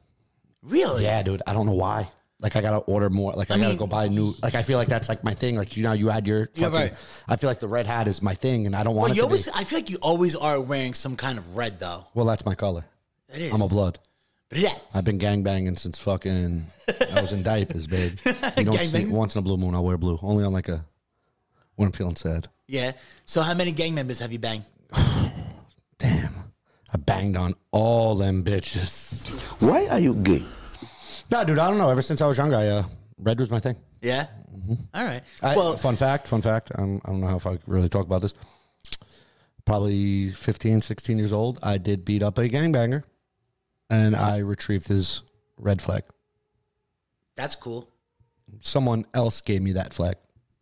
Really? Yeah, dude. I don't know why. Like I gotta order more. Like I, gotta mean- go buy new. Like I feel like that's like my thing. Like you know, you had your. Fucking, Yeah, right. I feel like the red hat is my thing, and I don't want Well, it you to always. be. I feel like you always are wearing some kind of red though. Well, that's my color. It is. I'm a blood. Bleh. I've been gangbanging since fucking I was in diapers, babe. You don't see Gangbanging? once in a blue moon I'll wear blue. Only on like a when I'm feeling sad. Yeah. So how many gang members have you banged? Damn. I banged on all them bitches. Why are you gay? Nah, dude, I don't know. Ever since I was young, I uh red was my thing. Yeah. All right. Mm-hmm. I, well, fun fact, fun fact. Um, I don't know how if I could really talk about this. Probably 15, 16 years old, I did beat up a gangbanger and I retrieved his red flag. that's cool. Someone else gave me that flag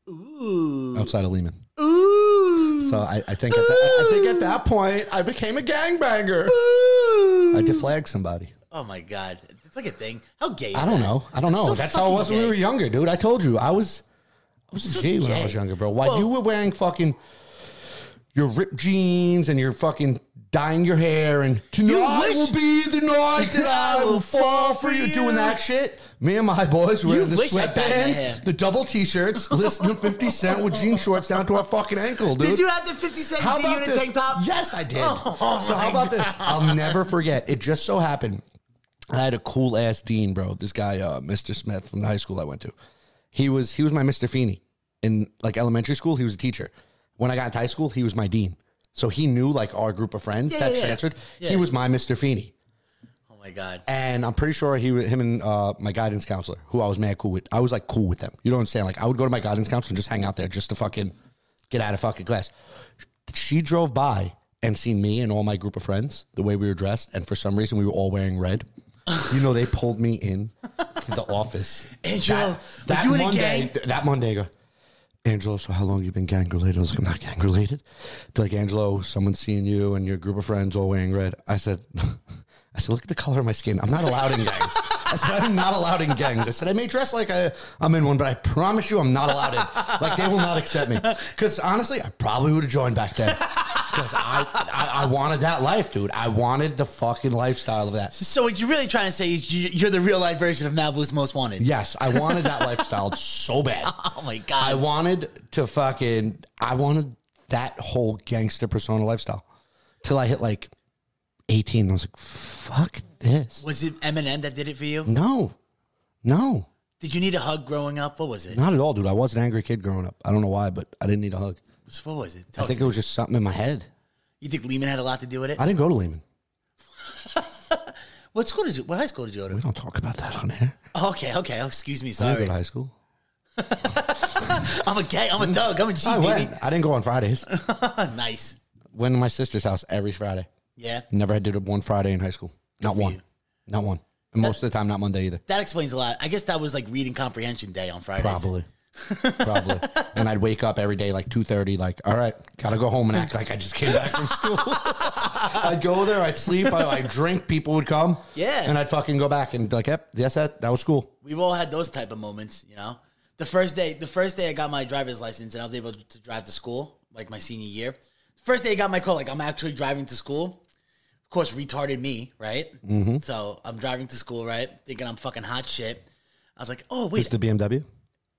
Ooh. outside of Lehman. Ooh. So I, I think at that, I think at that point I became a gangbanger. I deflagged somebody. Oh my god. It's like a thing. How gay is I don't that? know. I don't That's know. so That's how it fucking was when gay. we were younger, dude. I told you I was I was a So G when I gay. was younger, bro. Why Well- you were wearing fucking your ripped jeans and you're fucking dyeing your hair and tonight wish- will be the night that I will fall for you doing that shit. Me and my boys wearing the wish I dyed my hair. sweatbands, the double t-shirts, listening to 50 Cent with jean shorts down to our fucking ankle, dude. Did you have the 50 cent How G about unit this? tank top? Yes, I did. Oh, so my how about this? I'll never forget. It just so happened I had a cool ass dean, bro. This guy, uh, Mr. Smith from the high school I went to. He was he was my Mr. Feeney in like elementary school. He was a teacher. When I got into high school, he was my dean. So he knew like our group of friends Yeah, that yeah, yeah. transferred. Yeah. He was my Mr. Feeney. Oh my god. And I'm pretty sure he, was- him, and uh, my guidance counselor, who I was mad cool with, I was like cool with them. You don't understand. Like I would go to my guidance counselor and just hang out there, just to fucking get out of fucking class. She drove by and seen me and all my group of friends the way we were dressed, and for some reason we were all wearing red. You know, they pulled me in to the office. Angelo, that, were that you in a Monday, gang? th- that Monday, I go, Angelo. So how long you been gang related? I was like, I'm not gang related. They're like, Angelo, someone's seeing you and your group of friends all wearing red. I said, I said, look at the color of my skin. I'm not allowed in gangs. I said, I'm not allowed in gangs. I said, I may dress like I, I'm in one, but I promise you I'm not allowed in. Like, they will not accept me. Because honestly, I probably would have joined back then. Because I, I, I wanted that life, dude. I wanted the fucking lifestyle of that. So what you're really trying to say is you- you're the real life version of Malibu's Most Wanted. Yes, I wanted that lifestyle so bad. Oh my I god. wanted to fucking I wanted that whole gangster persona lifestyle till I hit like 18. I was like, fuck this. was it Eminem that did it for you? No. No. Did you need a hug growing up? What was it? Not at all, dude. I was an angry kid growing up. I don't know why, but I didn't need a hug. What was it? I Tell think think it was just something in my head. you think Lehman had a lot to do with it? I didn't go to Lehman. What school did you? What high school did you go to? We don't talk about that on air. Oh, okay, okay. Oh, excuse I me. didn't go Sorry. to high school. I'm a gay. I'm a thug. I'm a G, I baby. went. I didn't go on Fridays. nice. went to my sister's house every Friday. Yeah. Never had to do one Friday in high school. Not one. Not one. And most of the time, not Monday either. That explains a lot. I guess that was like reading comprehension day on Fridays. Probably. Probably. And I'd wake up every day like 2.30, like, all right, gotta go home and act like I just came back from school. I'd go there, I'd sleep, I, I'd drink, people would come. Yeah. And I'd fucking go back and be like, yep, yes, that, that was school. We've all had those type of moments, you know. The first day, the first day I got my driver's license and I was able to drive to school, like my senior year. First day I got my car, like I'm actually driving to school. Of course, retarded me, right? Mm-hmm. So I'm driving to school, right, thinking I'm fucking hot shit. I was like, oh It's wait, the BMW.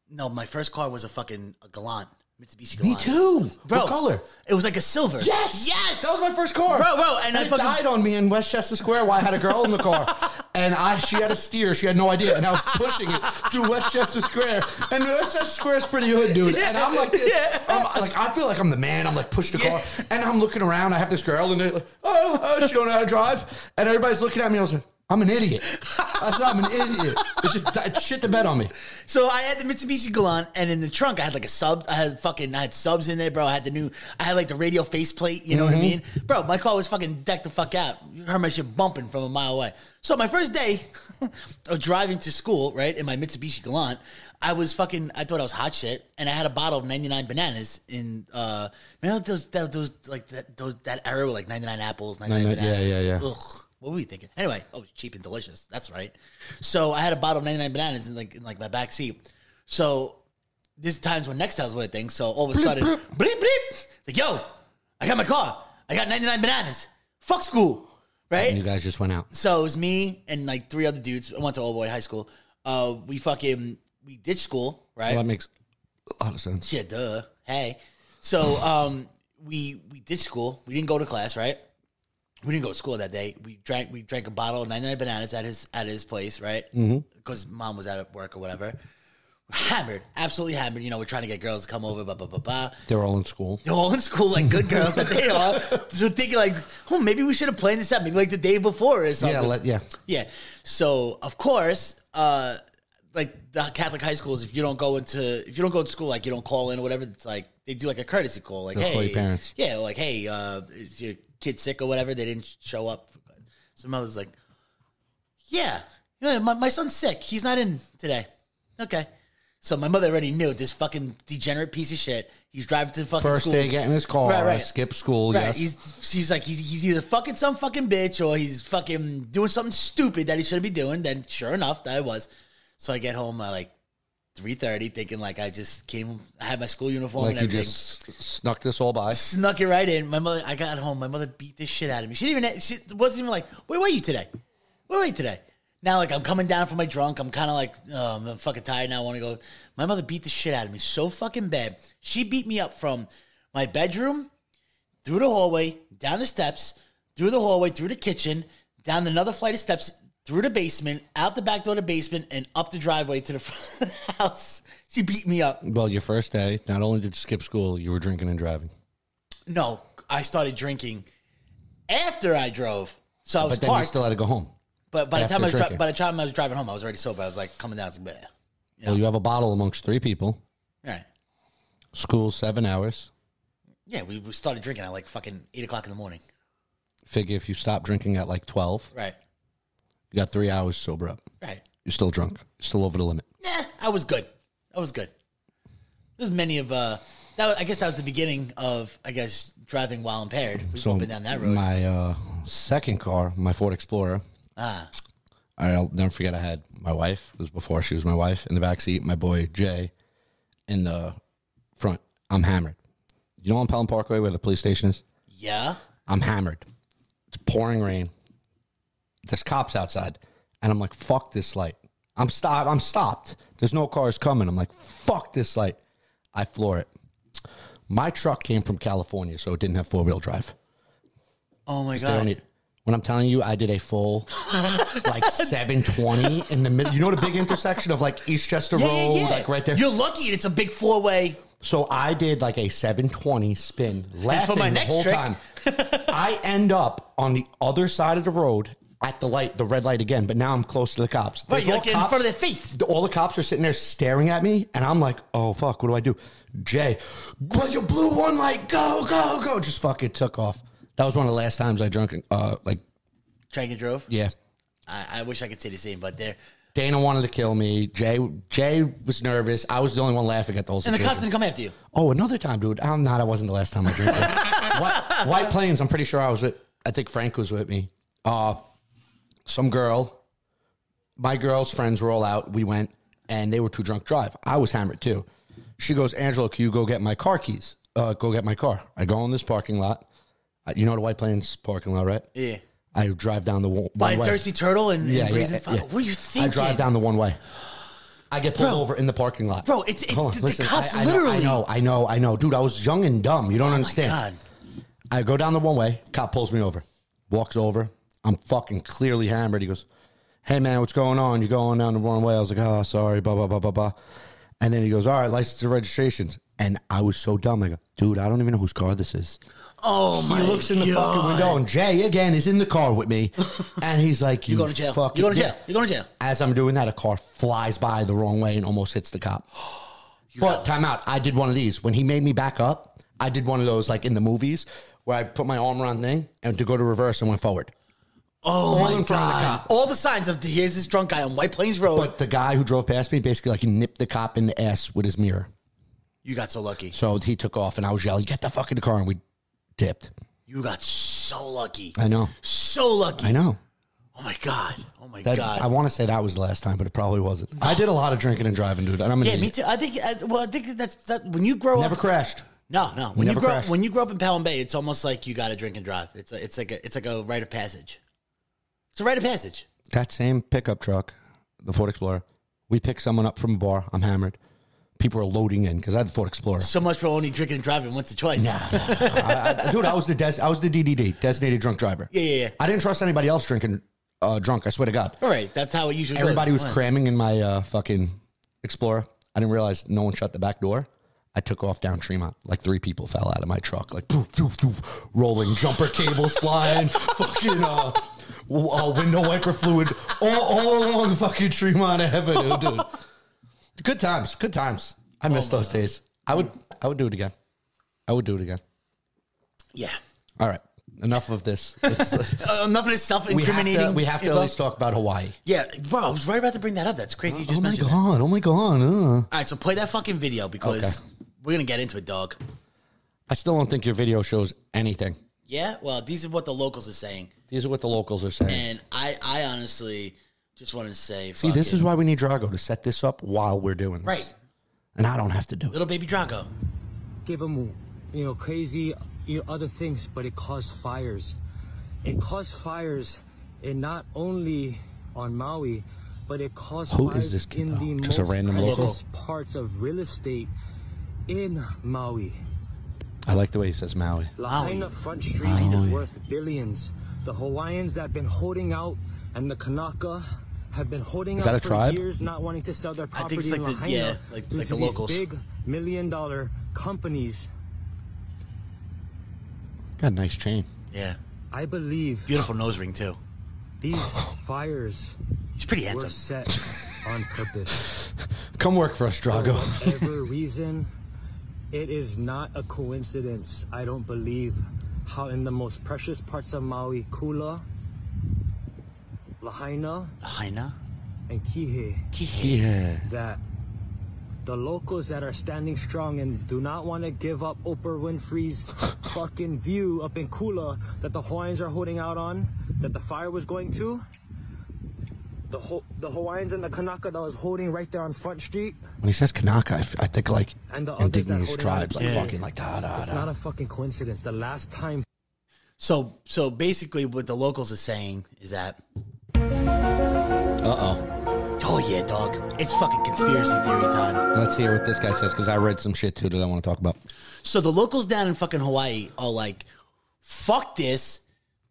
no, my first car was a fucking a Galant, Mitsubishi Galant. Bro. bro. What color? It was like a silver. Yes. yes. That was my first car. Bro, bro, and I it fucking- died on me in Westchester Square while I had a girl in the car. And I, she had a steer. She had no idea, and I was pushing it through Westchester Square. And Westchester Square is pretty hood, dude. And I'm like, this. I'm like, I feel like I'm the man. I'm like, push the car, and I'm looking around. I have this girl, and they're like, oh, oh, she don't know how to drive. And everybody's looking at me. I was like, I'm an idiot. I said, I'm an idiot. It just di- it shit the bed on me. So I had the Mitsubishi Galant, and in the trunk I had like a sub. I had fucking I had subs in there, bro. I had the new. I had like the radio faceplate. You know Mm-hmm. what I mean, bro? My car was fucking decked the fuck out. You heard my shit bumping from a mile away. So my first day of driving to school, right, in my Mitsubishi Galant, I was fucking. I thought I was hot shit, and I had a bottle of ninety nine bananas in. uh You know those that, those like that those that era were like ninety nine apples, ninety nine Nine- yeah, bananas. yeah, yeah. Ugh. What were we thinking? Anyway, oh, it's cheap and delicious. That's right. So I had a bottle of 99 bananas in like in like my back seat. So this times when Nextel's were a thing. So all of a sudden, bleep bleep, like yo, I got my car. I got 99 bananas. Fuck school. right? And you guys just went out. So it was me and like three other dudes. I went to Old Boy High School. Uh, we fucking we ditched school, right? Well, that makes a lot of sense. yeah, duh. Hey, so um, we we ditched school. We didn't go to class, right? We didn't go to school that day. We drank we drank a bottle of 99 bananas at his at his place, right? Because mom was out at work or whatever. Hammered, absolutely hammered. You know, we're trying to get girls to come over, blah blah blah blah. They're all in school. They're all in school, like good girls that they are. So thinking like, oh, maybe we should have planned this out, maybe like the day before or something. Yeah, let, yeah. Yeah. So of course, uh, like the Catholic high schools, if you don't go into if you don't go to school, like you don't call in or whatever, it's like they do like a courtesy call, like They'll hey, call your parents. yeah, like hey, uh, is your kid sick or whatever? They didn't show up. So mother's like, yeah, you know, my my son's sick. He's not in today. Okay. So my mother already knew this fucking degenerate piece of shit. He's driving to fucking First school. day getting his car, Right, right. skip school, Right. yes. He's, she's like, he's, he's either fucking some fucking bitch or he's fucking doing something stupid that he shouldn't be doing. Then sure enough, that I was. So I get home at like 3.30 thinking like I just came, I had my school uniform Like and you everything. just snuck this all by. Snuck it right in. My mother, I got home. My mother beat the shit out of me. She didn't even, she wasn't even like, where were you today? Where were you today? Now, like, I'm coming down from my drunk. I'm kind of like, oh, I'm fucking tired now. I want to go. My mother beat the shit out of me so fucking bad. She beat me up from my bedroom through the hallway, down the steps, through the hallway, through the kitchen, down another flight of steps, through the basement, out the back door of the basement, and up the driveway to the front of the house. She beat me up. Well, your first day, not only did you skip school, you were drinking and driving. No, I started drinking after I drove. So I was But then you parked. still had to go home. but by the time I was after dri- drinking. by the time I was driving home, I was already sober. I was like coming down. I was like, "Bleh." Well, you have a bottle amongst three people. All right. School, seven hours. Yeah, we, we started drinking at like fucking eight o'clock in the morning. Figure if you stop drinking at like 12, Right. you got three hours sober up. Right. You're still drunk. You're still over the limit. Nah, I was good. I was good. There's many of uh that was, I guess that was the beginning of I guess driving while impaired. We so up and down that road. My uh, second car, my Ford Explorer. ah. I'll never forget. I had my wife. It was before she was my wife in the back seat. My boy Jay in the front. I'm hammered. You know on Pelham Parkway where the police station is. Yeah. I'm hammered. It's pouring rain. There's cops outside, and I'm like, "Fuck this light." I'm stop. I'm stopped. There's no cars coming. I'm like, "Fuck this light." I floor it. My truck came from California, so it didn't have four wheel drive. Oh my They god. don't need- When I'm telling you, I did a full like 720 in the middle. You know the big intersection of like Eastchester Yeah, yeah, Road, yeah. like right there. You're lucky it's a big four way. so I did like a 720 spin, laughing my the next whole trick- time. I end up on the other side of the road at the light, the red light again. But now I'm close to the cops. Right, There's you're no like in cops. front of their face. The- all the cops are sitting there staring at me, and I'm like, "Oh fuck, what do I do?" Jay, well, you blew one light. Go, go, go! Just fuck it, took off. That was one of the last times I drunk. Uh, like, Drank and drove. yeah. I, I wish I could say the same, but there. Dana wanted to kill me. Jay Jay was nervous. I was the only one laughing at the whole And the situation. cops didn't come after you. oh, another time, dude. I'm not. I wasn't the last time I drank. it. White, White Plains. I'm pretty sure I was with. I think Frank was with me. Uh, some girl. My girl's friends were all out. We went, and they were too drunk to drive. I was hammered too. She goes, Angela, can you go get my car keys? Uh, go get my car. I go in this parking lot. Uh, You know the White Plains parking lot, right? Yeah. I drive down the one By one way. Thirsty Turtle and, and Yeah, yeah, Brazen yeah. Fire. What are you thinking? I drive down the one way. I get pulled Bro. over in the parking lot. Bro, it's- it- Hold the- the cops know- literally- Oh I know, I know, I know. Dude, I was young and dumb. You don't understand. God. I go down the one way. Cop pulls me over. Walks over. I'm fucking clearly hammered. He goes, Hey, man, what's going on? You're going down the wrong way. I was like, Oh, sorry, blah, blah, blah, blah, blah. And then he goes, All right, license and registrations. And I was so dumb. I go, Dude, I don't even know whose car this is. Oh my. He looks in the God. fucking window, and Jay again is in the car with me, and he's like, "You You're going to jail. Fucking, You're going to yeah." jail. You're going to jail. As I'm doing that, a car flies by the wrong way and almost hits the cop. But time out. I did one of these when he made me back up. I did one of those like in the movies where I put my arm around thing and to go to reverse and went forward. Oh All my in front of the God. cop. All the signs of here's this drunk guy on White Plains Road. But the guy who drove past me basically like nipped the cop in the ass with his mirror. you got so lucky. So he took off and I was yelling, "Get the fuck in the car!" and we dipped. You got so lucky. I know. So lucky. I know. Oh my God. Oh my That, God. I want to say that was the last time, but it probably wasn't. I did a lot of drinking and driving, dude, and I'm an yeah, idiot. me too. I think. I, well, I think that's that. When you grow Never up, crashed. no, no. When you never grow crashed. when you grow up in Pelham Bay, it's almost like you got to drink and drive. It's a, it's like a, it's like a rite of passage. It's a rite of passage. That same pickup truck, the Ford Explorer, we pick someone up from a bar. I'm hammered. People are loading in because I had the Ford Explorer. So much for only drinking and driving once or twice. I- I- dude, I was the des- I was the DDD, designated drunk driver. Yeah, yeah, yeah. I didn't trust anybody else drinking uh, drunk. I swear to God, All right, that's how it usually goes. everybody was Come on. cramming in my uh, fucking Explorer. I didn't realize no one shut the back door. I took off down Tremont. Like three people fell out of my truck. Like poof, poof, poof, rolling jumper cables flying, fucking uh, w- uh, window wiper fluid all, all along fucking Tremont Avenue, dude. Good times, good times. I miss those days. I would, I would do it again. I would do it again. Yeah. All right. Enough of this. It's- Uh, enough of this we have self-incriminating. to, we have to at info. least talk about Hawaii. Yeah, bro, I was right about to bring that up. That's crazy. You just oh my mentioned god! Oh my god! Uh. That. All right, so play that fucking video because Okay. we're gonna get into it, dog. I still don't think your video shows anything. Yeah. Well, these are what the locals are saying, These are what the locals are saying. and I, I honestly just want to say, See, this is why we need Drago to set this up while we're doing this. right, And I don't have to do it. little baby Drago. give them you know crazy you know, other things but it caused fires it caused fires and not only on maui but it caused Who is fires this kid, in though? the Just a most random local? precious parts of real estate in maui I like the way he says Maui. lahaina front street is worth billions the hawaiians that have been holding out and the kanaka have been holding Is out that a for tribe? years not wanting to sell their I property think it's in like the- lahaina yeah, like- due like to the these locals. big million dollar companies Got a nice chain. Yeah, I believe beautiful nose ring too. These fires He's pretty were handsome. set on purpose. Come work for us, For Drago. whatever reason, it is not a coincidence. I don't believe how in the most precious parts of Maui, Kula, Lahaina, Lahaina. and Kihei, yeah. that the locals that are standing strong and do not want to give up Oprah Winfrey's fucking view up in Kula that the Hawaiians are holding out on, that the fire was going to. The, Ho- the Hawaiians and the Kanaka that was holding right there on Front Street. When he says Kanaka, I, f- I think like And the others that indigenous hold it tribes, out. like Yeah. fucking like da da It's da. not a fucking coincidence. The last time So, so basically, what the locals are saying is that, Uh oh yeah, dog, it's fucking conspiracy theory time. oh. Let's hear what this guy says because I read some shit too that I want to talk about. So the locals down in fucking Hawaii are like, fuck this.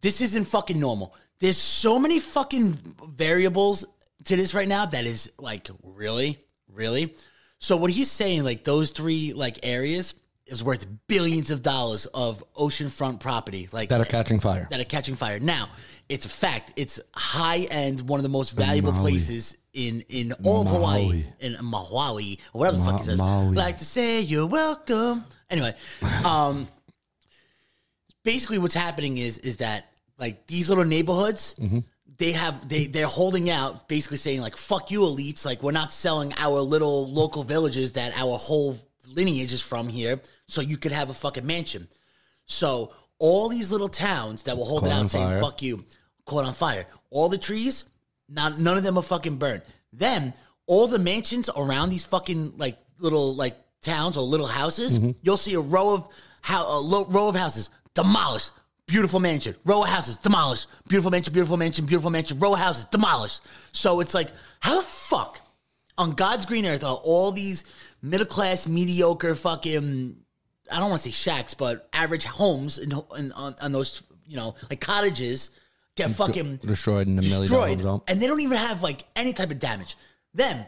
This isn't fucking normal. There's so many fucking variables to this right now that is like, really? Really? So what he's saying, like those three like areas is worth billions of dollars of oceanfront property. Like That are catching fire. that are catching fire. Now, it's a fact. It's high end, one of the most valuable Maui. places in in all of Hawaii, Maui. in Maui or whatever the Ma- fuck he says. Maui. Like to say you're welcome. Anyway, um, basically what's happening is is that like these little neighborhoods. They have they they're holding out, basically saying like "fuck you, elites." Like we're not selling our little local villages that our whole lineage is from here, so you could have a fucking mansion. So all these little towns that were holding Caught on out saying fire. "fuck you," caught on fire. All the trees, not none of them are fucking burned. Then all the mansions around these fucking like little like towns or little houses, you'll see a row of how a lo- row of houses demolished. Beautiful mansion, row of houses demolished. Beautiful mansion, beautiful mansion, beautiful mansion, row of houses demolished. So it's like, how the fuck on God's green earth are all these middle class, mediocre, fucking I don't want to say shacks, but average homes in, in on, on those you know like cottages get fucking destroyed in a million destroyed, dollar home. and they don't even have like any type of damage. Then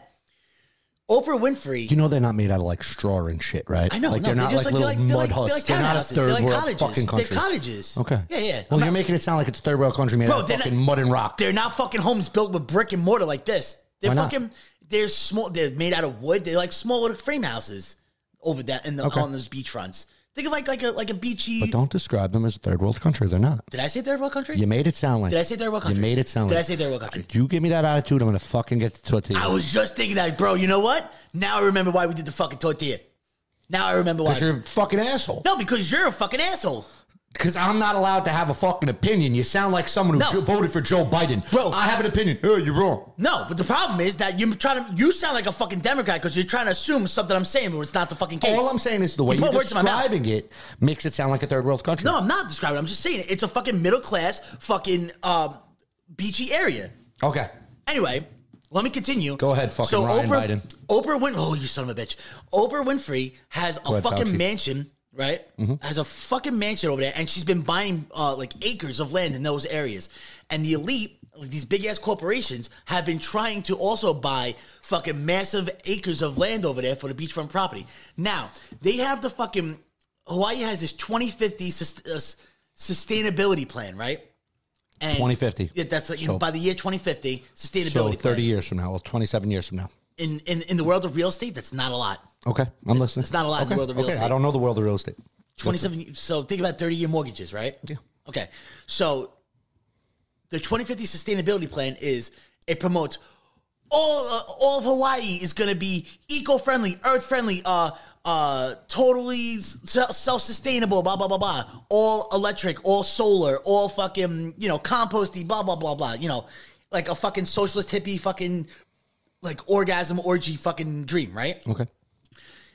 Oprah Winfrey, You know they're not made out of like straw and shit, right? I know like no, they're not like, just little they're mud they're huts. They're, like not a third townhouses, they're like world cottages, fucking country. they're cottages. Okay. yeah, yeah. Well, I'm you're not- making it sound like it's third world country made Bro, out of they're not- fucking mud and rock. They're not fucking homes built with brick and mortar like this. They're Why not? fucking they're small. They're made out of wood. They're like small little frame houses over that in the Okay. on those beach fronts. Think of like like a like a beachy. But don't describe them as third world country. They're not. Did I say third world country? You made it sound like. Did I say third world country? You made it sound Did like. I say third world country? You give me that attitude, I'm gonna fucking get the tortilla. I was just thinking that, bro. You know what? Now I remember why we did the fucking tortilla. Now I remember why. Because you're a fucking asshole. no, because you're a fucking asshole, Because I'm not allowed to have a fucking opinion. You sound like someone who No. jo- voted for Joe Biden. Bro. I have an opinion. Hey, you're wrong. No, but the problem is that you're trying to. You sound like a fucking Democrat because you're trying to assume something I'm saying, but it's not the fucking case. All I'm saying is the way You you are put words in my mouth. describing it makes it sound like a third world country. No, I'm not describing. it. I'm just saying it. it's a fucking middle class fucking um, beachy area. Okay. Anyway, let me continue. Go ahead, fucking Ryan Oprah, Biden. Oprah Win. Oh, you son of a bitch. Oprah Winfrey has a ahead, fucking Fauci. Mm-hmm. mansion, right? Has a fucking mansion over there, and she's been buying uh, like acres of land in those areas. And the elite, like these big ass corporations, have been trying to also buy fucking massive acres of land over there for the beachfront property. Now they have the fucking Hawaii has this 2050 sus- uh, s- sustainability plan, right? And 2050. Yeah, that's like, you know, So- by the year 2050 sustainability. So plan 30 years from now, well, 27 years from now. in, in in the world of real estate, that's not a lot. Okay, I'm listening. it's not a lot in the Okay, world of real okay, estate. I don't know the world of real estate. Twenty seven. So think about thirty year mortgages, right? Yeah. Okay. So the twenty fifty sustainability plan is it promotes all uh, all of Hawaii is going to be eco friendly, earth friendly, uh uh totally self sustainable, blah blah blah blah. All electric, all solar, all fucking you know composty, blah blah blah blah. You know, like a fucking socialist hippie fucking like orgasm orgy fucking dream, right? Okay.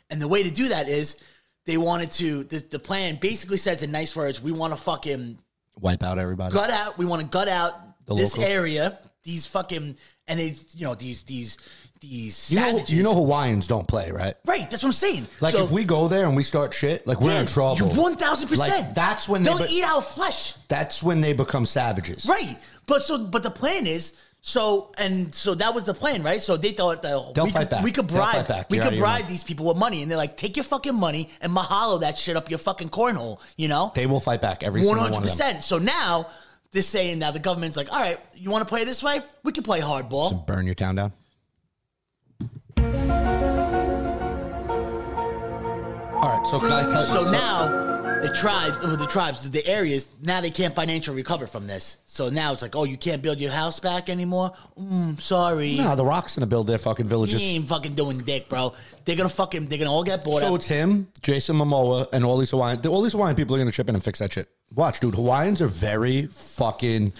And the way to do that is they wanted to, the, the plan basically says in nice words, we want to fucking Wipe out everybody. gut out, we want to gut out The this locals. area, these fucking, and they, you know, these, these, these you know, savages. you know Hawaiians don't play, right? right, that's what I'm saying. Like So- if we go there and we start shit, like we're Yeah, in trouble. you 1000%. Like, that's when they They'll be- eat our flesh. That's when they become savages. Right. But so, but the plan is, so and so that was the plan, right? So they thought that They'll we, fight could, back. we could They'll bribe fight back. we You're out could of your bribe mind. these people with money, and they're like, "Take your fucking money and mahalo that shit up your fucking cornhole," you know? They will fight back every One single hundred one of them. percent. So now they're saying now the government's like, all right, you want to play this way? We can play hardball. Burn your town down. All right, so can I tell you? So now the tribes, well, the tribes, the areas, now they can't financially recover from this. So now it's like, oh, you can't build your house back anymore. Mm, sorry, Nah, the Rock's gonna build their fucking you villages. ain't fucking doing dick, bro. They're gonna fucking, they're gonna all get bored. So up. it's him, Jason Momoa, and all these Hawaiian. All these Hawaiian people are gonna chip in and fix that shit. Watch, dude. Hawaiians are very fucking.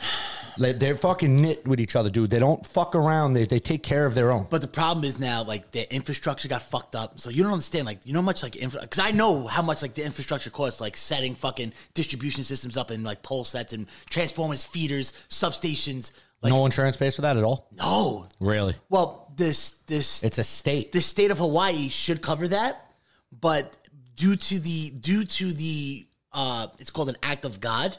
like, They're fucking knit with each other, dude. They don't fuck around. They they take care of their own. But the problem is now, like the infrastructure got fucked up. So you don't understand, like you know how much like because I know how much like the infrastructure costs, like setting fucking distribution systems up and like pole sets and transformers, feeders, substations. Like no insurance pays for that at all. no, Really? well this this It's a state. the state of Hawaii should cover that, but due to the due to the uh, it's called an act of God,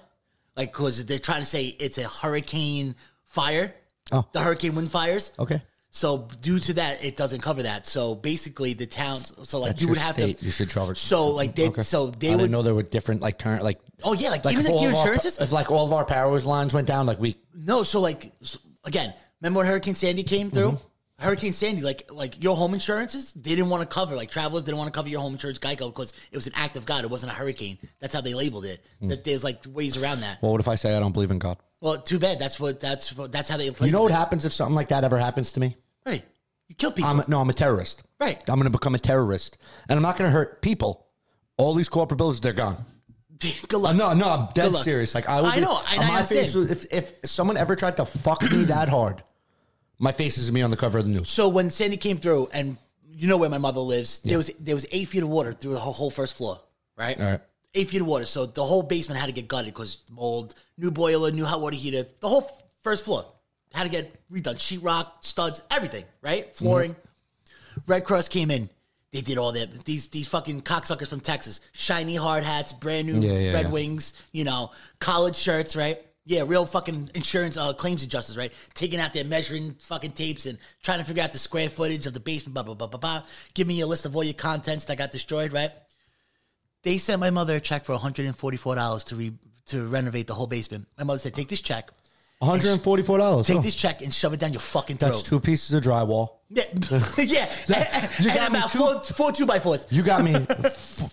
like because they're trying to say it's a hurricane fire, Oh. the hurricane wind fires. okay. So due to that, it doesn't cover that. So basically, the towns. So like That's you your would have state. to. You should cover. So like they. Okay. So I they didn't would. know there were different like turn like. Oh yeah, like, Like even if like your all of our- insurances. if like all of our power lines went down, like we no, so like s- again, remember when Hurricane Sandy came through? Mm-hmm. Hurricane Sandy, like like your home insurances, they didn't want to cover. Like travelers didn't want to cover your home insurance, Geico, because it was an act of God. It wasn't a hurricane. That's how they labeled it. Mm. That there's like ways around that. Well, what if I say I don't believe in God? Well, too bad. That's what. That's what. That's how they. You know labeled what it. happens if something like that ever happens to me? Right. You kill people. I'm no, I'm a terrorist. Right. I'm going to become a terrorist, and I'm not going to hurt people. All these corporate buildings, they're gone. Good luck. No, no, I'm Good dead luck. serious. Like I would. I be- know, and I my face, understand. if if someone ever tried to fuck me that hard, my face is me on the cover of the news. So when Sandy came through, and you know where my mother lives, there was there was eight feet of water through the whole, whole first floor, right? All right. Eight feet of water. So the whole basement had to get gutted because mold, new boiler, new hot water heater, the whole f- first floor had to get redone. Sheetrock, studs, everything, right? Mm-hmm. Flooring. Red Cross came in. They did all that. These these fucking cocksuckers from Texas, shiny hard hats, brand new Yeah, yeah, Red yeah. Wings, you know, college shirts, right? Yeah, real fucking insurance uh, claims adjusters, right? Taking out their measuring fucking tapes and trying to figure out the square footage of the basement, blah blah blah blah blah. Give me a list of all your contents that got destroyed, right? They sent my mother a check for one hundred and forty four dollars to re- to renovate the whole basement. My mother said, "Take this check, One hundred and forty-four dollars. take this check, and shove it down your fucking throat." That's two pieces of drywall. Yeah, yeah. You and got me about two- four, four two by fours. You got me. f-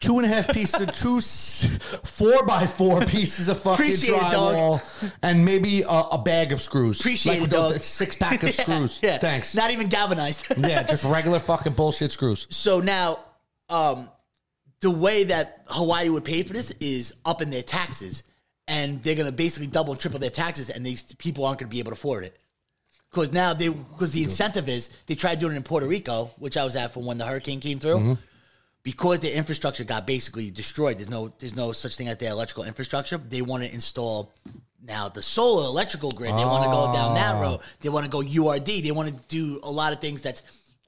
Two and a half pieces, of two s- four by four pieces of fucking Appreciate it, dog. drywall, and maybe a, a bag of screws. Appreciate it, dog. Six pack of Yeah, screws. yeah. Thanks. Not even galvanized. yeah, just regular fucking bullshit screws. so now, um, the way that Hawaii would pay for this is up in their taxes, and they're gonna basically double and triple their taxes, and these people aren't gonna be able to afford it. Because now they, because the incentive is they tried doing it in Puerto Rico, which I was at for when the hurricane came through. Because the infrastructure got basically destroyed, there's no there's no such thing as their electrical infrastructure. They want to install Now the solar electrical grid, they want to go down that road. They want to go URD. They want to do a lot of things that's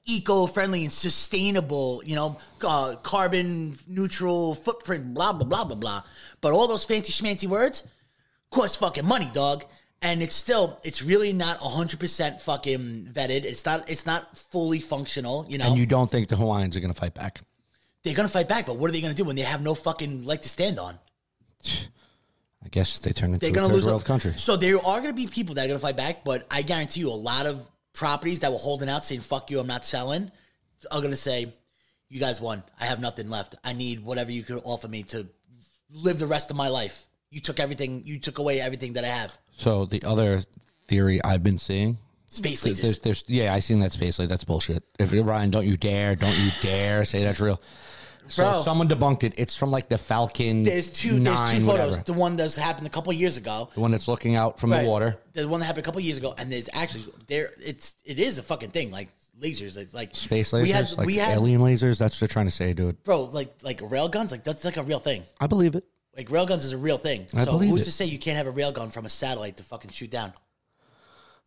eco-friendly and sustainable. You know, uh, carbon neutral footprint. Blah blah blah blah blah. But all those fancy schmancy words cost fucking money, dog. And it's still, it's really not hundred percent fucking vetted. It's not, it's not fully functional. You know, And you don't think the Hawaiians are going to fight back? they're gonna fight back, but what are they gonna do when they have no fucking leg to stand on? I guess they turn into They're a gonna third lose world country. So there are gonna be people that are gonna fight back, but I guarantee you, a lot of properties that were holding out, saying "fuck you, I'm not selling," are gonna say, "You guys won. I have nothing left. I need whatever you could offer me to live the rest of my life. You took everything. You took away everything that I have. So the other theory I've been seeing, Space there's, lasers. there's, yeah, I seen that space like that's bullshit. If you're Ryan, don't you dare, don't you dare say that's real. So Bro. someone debunked it. It's from like the Falcon. There's two. there's two nine, photos. whatever. The one that's happened a couple years ago. The one that's looking out from Right. the water. There's one that happened a couple years ago, and there's actually there. It's it is a fucking thing. Like lasers. Like, like Space lasers, like alien lasers. That's what they're trying to say, dude. bro, like like rail guns, like that's like a real thing. I believe it. Like rail guns is a real thing. I so believe who's it. to say you can't have a rail gun from a satellite to fucking shoot down?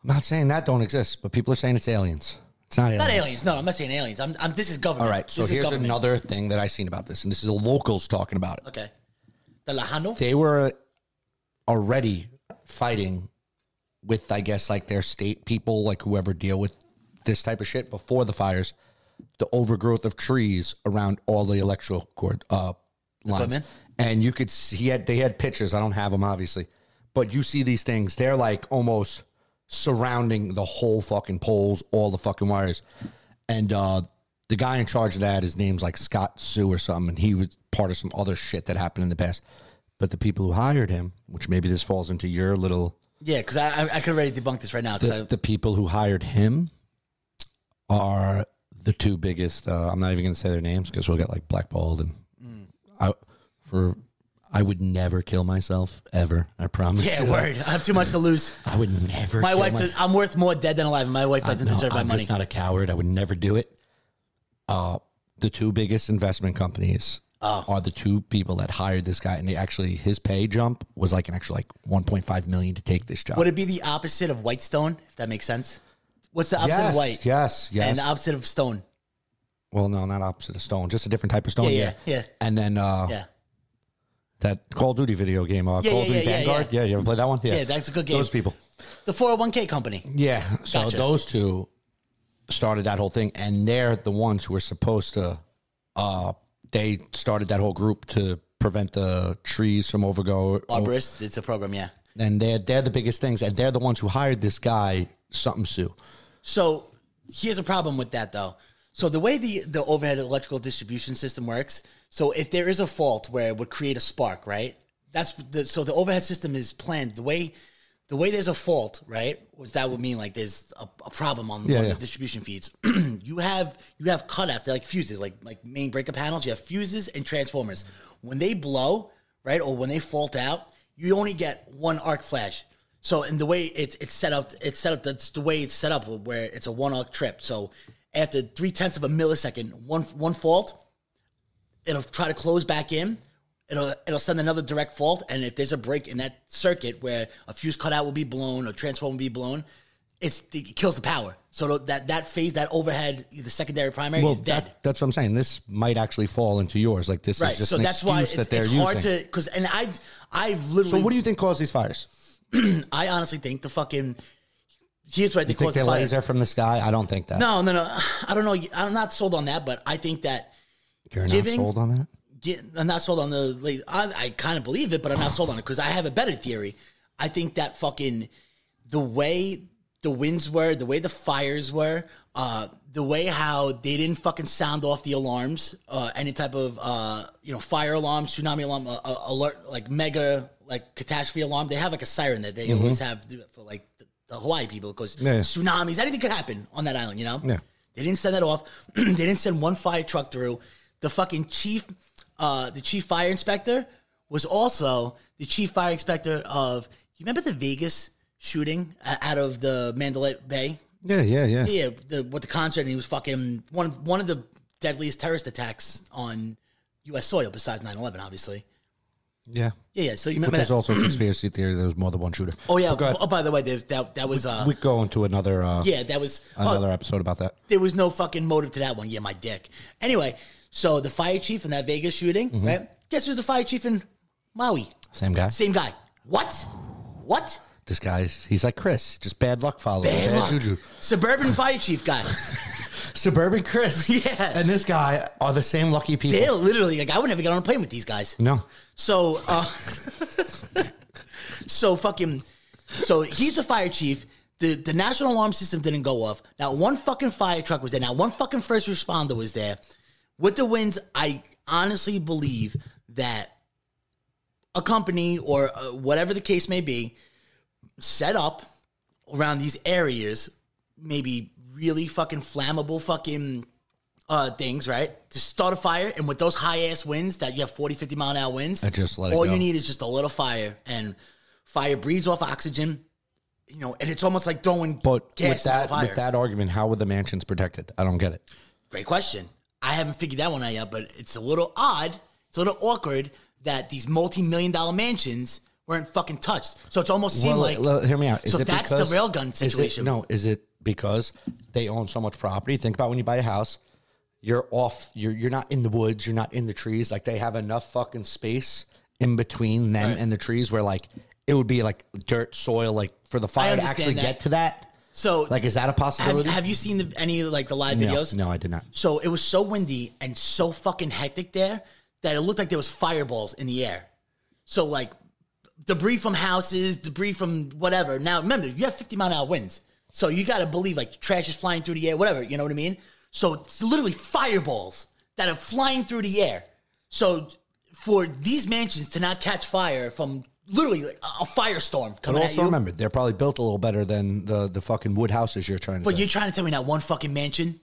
I'm not saying that don't exist, but people are saying it's aliens. It's not aliens. Not aliens. No, I'm not saying aliens. I'm, I'm this is government. All right. So this is here's government. another thing that I seen about this, and this is the locals talking about it. Okay. The Lajano? They were already fighting with, I guess, like their state people, like whoever deal with this type of shit before the fires, the overgrowth of trees around all the electrical cord uh, lines. Equipment? And you could see he had, they had pictures. I don't have them, obviously, but you see these things. They're like almost surrounding the whole fucking poles, all the fucking wires. And uh, the guy in charge of that, his name's like Scott Sue or something, and he was part of some other shit that happened in the past. But the people who hired him, which maybe this falls into your little Yeah, because I, I, I could already debunk this right now. Because the, the people who hired him are the two biggest. Uh, I'm not even going to say their names because we'll get like blackballed. And Mm. I for I would never kill myself ever. I promise. yeah, you. word. I have too much to lose. I would never. My kill wife, does, I'm worth more dead than alive, and my wife doesn't no, deserve my I'm money. just not a coward. I would never do it. Uh, the two biggest investment companies Oh. are the two people that hired this guy, and they actually his pay jump was like an actual like 1.5 million to take this job. Would it be the opposite of white stone? If that makes sense. What's the opposite yes, of white? yes, yes. And the opposite of stone. Well, no, not opposite of stone, just a different type of stone. Yeah, yeah, yeah. And then uh, Yeah. that Call of Duty video game, uh, Yeah, Call yeah, of Duty yeah, yeah, Vanguard. Yeah. you ever played that one? Yeah, that's a good game. Those people. The 401k company. Yeah. So Gotcha. those two started that whole thing, and they're the ones who are supposed to. Uh, they started that whole group to prevent the trees from overgo. Arborist. It's a program. Yeah. And they're they're the biggest things, and they're the ones who hired this guy something Sue. So here's a problem with that though. So the way the the overhead electrical distribution system works, so if there is a fault where it would create a spark, right? That's the so the overhead system is planned the way the way there's a fault, right? Which that would mean like there's a, a problem on Yeah, one yeah. of the distribution feeds. you have you have cutouts, they're like fuses, like like main breaker panels. You have fuses and transformers. When they blow, right, or when they fault out, you only get one arc flash. So in the way it's it's set up, it's set up. That's the way it's set up, where it's a one arc trip. So after three tenths of a millisecond, one one fault, it'll try to close back in. It'll it'll send another direct fault, and if there's a break in that circuit where a fuse cutout will be blown or transformer will be blown, it's it kills the power. So that that phase, that overhead, the secondary primary Well, is dead. that, that's what I'm saying. This might actually fall into yours. Like this right. is just So an that's why it's, excuse that they're it's using. hard to because and I've I've literally so what do you think caused these fires? I honestly think the fucking here's what I think, Think caused the they're fire. laser from the sky? I don't think that. No, no, no. I don't know. I'm not sold on that, but I think that You're giving- not sold on that. get, I'm not sold on the. Like, I, I kind of believe it, but I'm not sold on it because I have a better theory. I think that fucking the way the winds were, the way the fires were, uh, the way how they didn't fucking sound off the alarms, uh, any type of uh, you know fire alarm, tsunami alarm, uh, uh, alert, like mega like catastrophe alarm. They have like a siren that they always have for like the, the Hawaii people because Yeah. tsunamis, anything could happen on that island, you know. Yeah. They didn't send that off. they didn't send one fire truck through. The fucking chief, uh, the chief fire inspector was also the chief fire inspector of. You remember the Vegas shooting uh, out of the Mandalay Bay? Yeah, yeah, yeah. Yeah, the, with the concert, and he was fucking one one of the deadliest terrorist attacks on U.S. soil besides 9-11, obviously. Yeah. Yeah, yeah. So you Which remember is that? also a conspiracy theory. There's more than one shooter. oh yeah. But go ahead. Oh, by the way, there, that that was uh, we go into another uh, yeah, that was oh, another episode about that. there was no fucking motive to that one. Yeah, my dick. Anyway, so the fire chief in that Vegas shooting, right? Guess who's the fire chief in Maui? Same guy. Same guy. What? What? This guy, he's like Chris, just bad luck follower, Bad bad, luck. juju. Suburban fire chief guy. Suburban Chris, Yeah. and this guy are the same lucky people. They're literally like I would never get on a plane with these guys. No, So, uh, so fucking, so he's the fire chief. The, the national alarm system didn't go off. Not one fucking fire truck was there. Not one fucking first responder was there. With the winds, I honestly believe that a company or uh, whatever the case may be set up around these areas, maybe really fucking flammable fucking uh, things, right? To start a fire, and with those high ass winds that you have 40, 50 mile an hour winds, I just let it all go. you need is just a little fire, and fire breathes off oxygen, you know, and it's almost like throwing but gas with that into a fire. with that argument, how were the mansions protected? I don't get it. Great question. I haven't figured that one out yet, but it's a little odd, it's a little awkward that these multi million dollar mansions weren't fucking touched. So it's almost seemed Well, like. l- l- hear me out. Is so it that's the because- is railgun it- situation. no, is it because they own so much property? Think about when you buy a house, you're off. You're you're not in the woods. You're not in the trees. Like they have enough fucking space in between them and the trees where like it would be like dirt soil like for the fire to understand actually that. get to that. so Like, is that a have, possibility? have you seen the, any like the live no, videos? no, I did not. So it was so windy and so fucking hectic there that it looked like there was fireballs in the air. So like debris from houses, debris from whatever. Now remember, you have 50 mile an hour winds. So you gotta believe like trash is flying through the air, whatever, you know what I mean? So it's literally fireballs that are flying through the air. So for these mansions to not catch fire from literally like a a firestorm But coming at also you. remember, they're probably built a little better than the the fucking wood houses you're trying to. But say. you're trying to tell me that one fucking mansion?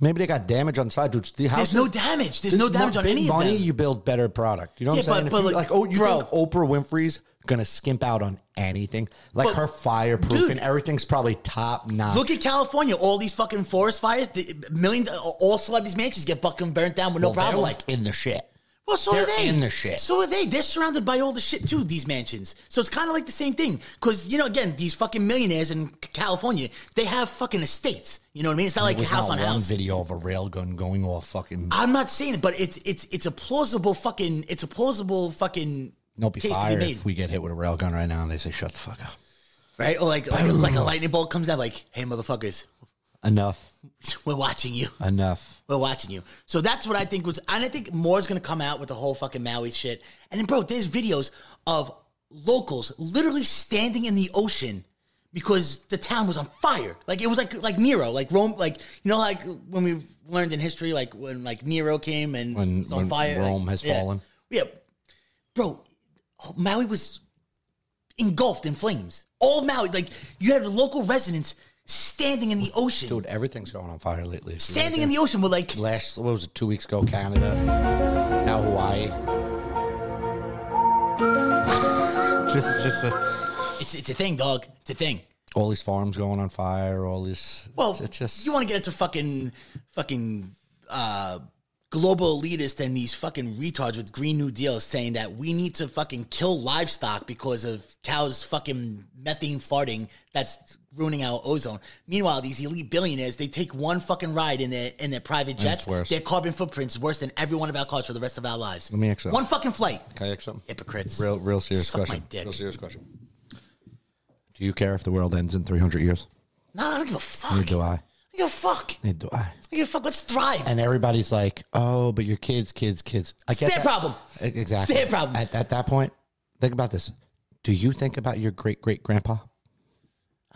Maybe they got damage on the side, dude. The There's house no damage. There's no damage on any of money, them. You build better product. You know what Yeah, I'm saying? but- If but you- like, like, oh, you bro. think Oprah Winfrey's gonna skimp out on anything? Like But- her fireproof Dude. and everything's probably top notch. Look at California, all these fucking forest fires. The million, all celebrities' mansions get fucking burnt down with no Well, they're problem. like in the shit. well, so are they're they in the shit. So are they? They're surrounded by all the shit too. These mansions. So it's kind of like the same thing. Because you know, again, these fucking millionaires in California, they have fucking estates. You know what I mean? It's not like It was house not on one house. video of a railgun going off. Fucking I'm not saying, it, but it's it's it's a plausible fucking it's a plausible fucking no, be case fired to be made, if we get hit with a railgun right now and they say shut the fuck up. right? Or like like, like a lightning bolt comes down, like, hey, motherfuckers, Enough, we're watching you. enough. We're watching you. So that's what I think was, and I think more is going to come out with the whole fucking Maui shit. And then, bro, there's videos of locals literally standing in the ocean because the town was on fire. Like it was like like Nero, like Rome, like you know, like when we learned in history, like when like Nero came and When- was on when fire. like, Rome has yeah. fallen. Yeah, bro, Maui was engulfed in flames. All of Maui, like you had local residents standing in the ocean, Dude, everything's going on fire lately. standing in the ocean with like. last what was it two weeks ago canada now hawaii this is just a, It's it's a thing, dog. It's a thing. all these farms going on fire all this Well, it's, it's just you want to get into fucking fucking uh, global elitist and these fucking retards with Green New Deals saying that we need to fucking kill livestock because of cows fucking methane farting that's ruining our ozone. Meanwhile, these elite billionaires they take one fucking ride in their in their private jets. worse. Their carbon footprint's worse than every one of our cars for the rest of our lives. Let me ask you- one fucking flight. can i ask something Hypocrites. real real serious Suck my question dick. real serious question do you care if the world ends in 300 years No, I don't give a fuck. neither do i I don't give a fuck. I neither do i don't give a fuck. Let's thrive. and everybody's like oh but your kids kids kids i It's their that- problem. E- exactly their problem. at, at that point think about this do you think about your great great grandpa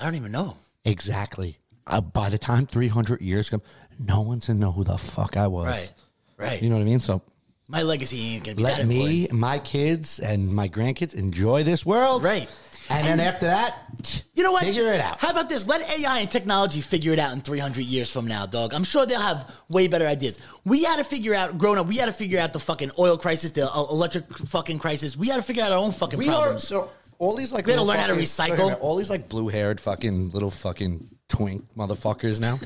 I don't even know. Exactly. Uh, by the time 300 years come, no one's gonna know who the fuck I was. Right. Right. You know what I mean? So My legacy ain't gonna be let that important. me, my kids, and my grandkids enjoy this world. Right. And, then after that, You know what? Figure it out. How about this? Let AI and technology figure it out in 300 years from now, dog. I'm sure they'll have way better ideas. We had to figure out, grown up, we had to figure out the fucking oil crisis, the uh, electric fucking crisis. We had to figure out our own fucking we are problems. so all these like We gotta little learn how to fucking- recycle. all these like blue haired fucking little fucking twink motherfuckers now.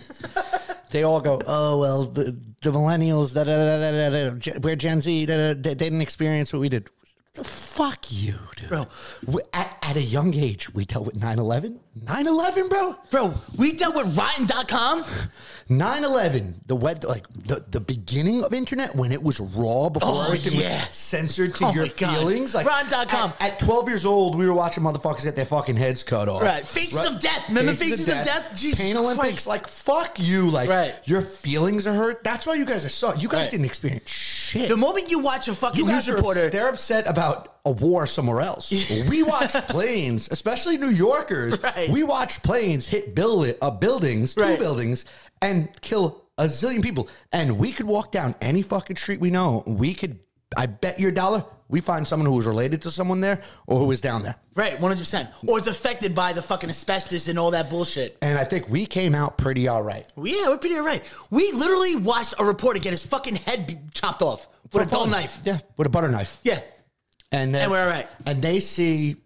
They all go, oh well, the, the millennials, da, da, da, da, da, da, we're Gen Z, da, da, da, they didn't experience what we did. The fuck you, dude. Bro, we- at, at a young age, we dealt with 9 11. 9 11, bro. Bro, we dealt with rotten.com. 9 11, the web, like the, the beginning of internet when it was raw before Oh, everything yeah. was censored to Oh, your my God. feelings. Like Ron.com. At, at 12 years old, we were watching motherfuckers get their fucking heads cut off. Right. Faces of Death. Remember Faces of Death? Jesus Pain Olympics. Christ. Like, fuck you. Like, Right. your feelings are hurt. That's why you guys are so. You guys Right. didn't experience shit. The moment you watch a fucking You news guys are reporter, they're upset about a war somewhere else. we watch planes, especially New Yorkers. Right. We watch planes hit build, uh, buildings, two Right. buildings, and kill a zillion people. And we could walk down any fucking street we know. We could, I bet your dollar, we find someone who was related to someone there or who was down there. right, 100%. Or it's affected by the fucking asbestos and all that bullshit. And I think we came out pretty all right. Well, yeah, we're pretty all right. We literally watched a reporter get his fucking head be- chopped off with a dull knife. Yeah, with a butter knife. Yeah. And, then, And we're all right. And they see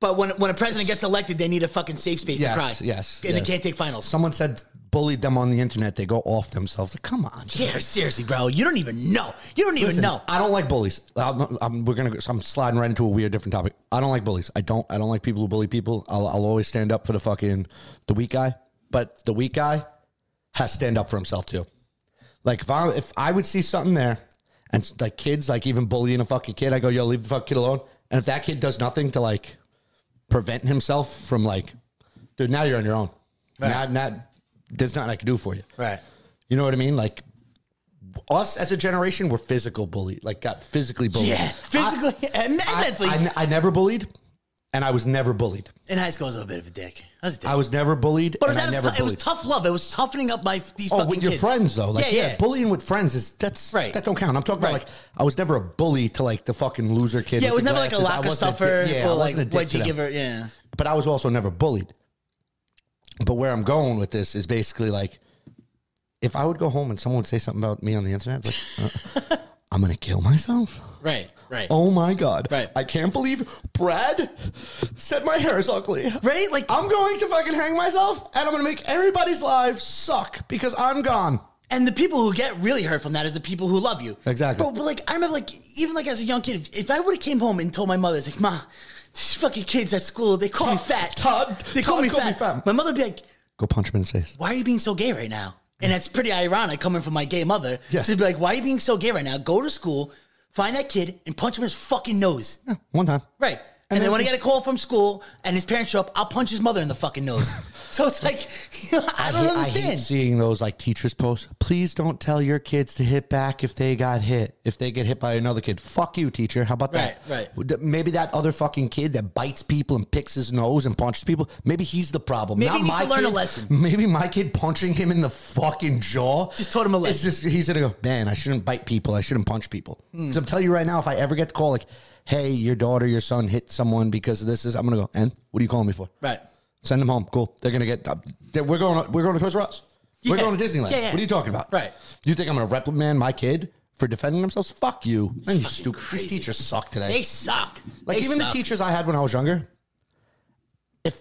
But when, when a president gets elected, they need a fucking safe space Yes, to cry. yes, And yes. they can't take finals. someone said bullied them on the internet. They go off themselves. Like, come on. yeah, seriously, bro. You don't even know. You don't even Listen, know. I don't like bullies. I'm, I'm, we're gonna. Go, so I'm sliding right into a weird different topic. I don't like bullies. I don't. I don't like people who bully people. I'll, I'll always stand up for the fucking the weak guy. But the weak guy has to stand up for himself too. Like if I if I would see something there, and s- like kids like even bullying a fucking kid, I go yo leave the fuck kid alone. And if that kid does nothing to like prevent himself from like, dude, now you're on your own. Now, now there's nothing I can do for you. Right. You know what I mean? Like us as a generation were physical bullied, like got physically bullied. Yeah. Physically and I, mentally. I- I never bullied, and I was never bullied. in high school, I was a bit of a dick. I was a dick. I was never bullied, but and it was, I out of never tou- it was bullied. tough love. It was toughening up my these Oh, fucking with your kids. friends though, like yeah, yeah, yeah. bullying with friends is that's Right. That don't count. I'm talking about Right. like I was never a bully to like the fucking loser kid. yeah, it with was the never like a glasses. I locker wasn't a stuffer dick- Yeah, I or wasn't a like dick what'd to you them. give her? Yeah. but I was also never bullied. But where I'm going with this is basically like, if I would go home and someone would say something about me on the internet, like, uh, I'm gonna kill myself. Right. Right. Oh my god! Right. I can't believe Brad said my hair is ugly. Right? Like- I'm going to fucking hang myself, and I'm gonna make everybody's lives suck because I'm gone. And the people who get really hurt from that is the people who love you. Exactly. But, but like I remember, like even like as a young kid, if, if I would have came home and told my mother, it's like, Ma, these fucking kids at school, they call me fat. Todd- they call Todd me, called fat. me fat. My mother would be like, Go punch him in the face. Why are you being so gay right now? And that's pretty ironic coming from my gay mother. Yes. She'd be like, Why are you being so gay right now? Go to school, find that kid, and punch him in his fucking nose. One time. Right. And, then when I get a call from school and his parents show up, I'll punch his mother in the fucking nose. so it's like, I don't hate- I hate understand. seeing those like teachers post. Please don't tell your kids to hit back if they got hit. If they get hit by another kid, fuck you, teacher. How about Right, that? right. Maybe that other fucking kid that bites people and picks his nose and punches people. Maybe he's the problem. Maybe Not he needs my to learn a kid. lesson. Maybe my kid punching him in the fucking jaw Just taught him a It's lesson. Hmm. just he's gonna go, man. I shouldn't bite people. I shouldn't punch people. 'Cause I'm telling you right now, if I ever get the call like, hey, your daughter, your son hit someone because of this, is I'm gonna go. And what are you calling me for? right. Send them home. Cool. They're gonna get. Uh, they- we're going. We're going to Toys R Us. We're Yeah. going to Disneyland. Yeah, yeah. What are you talking about? Right. You think I'm gonna reprimand my kid for defending themselves? Fuck you. Man, you stupid. crazy. These teachers suck today. They suck. like They even the suck. teachers I had when I was younger. If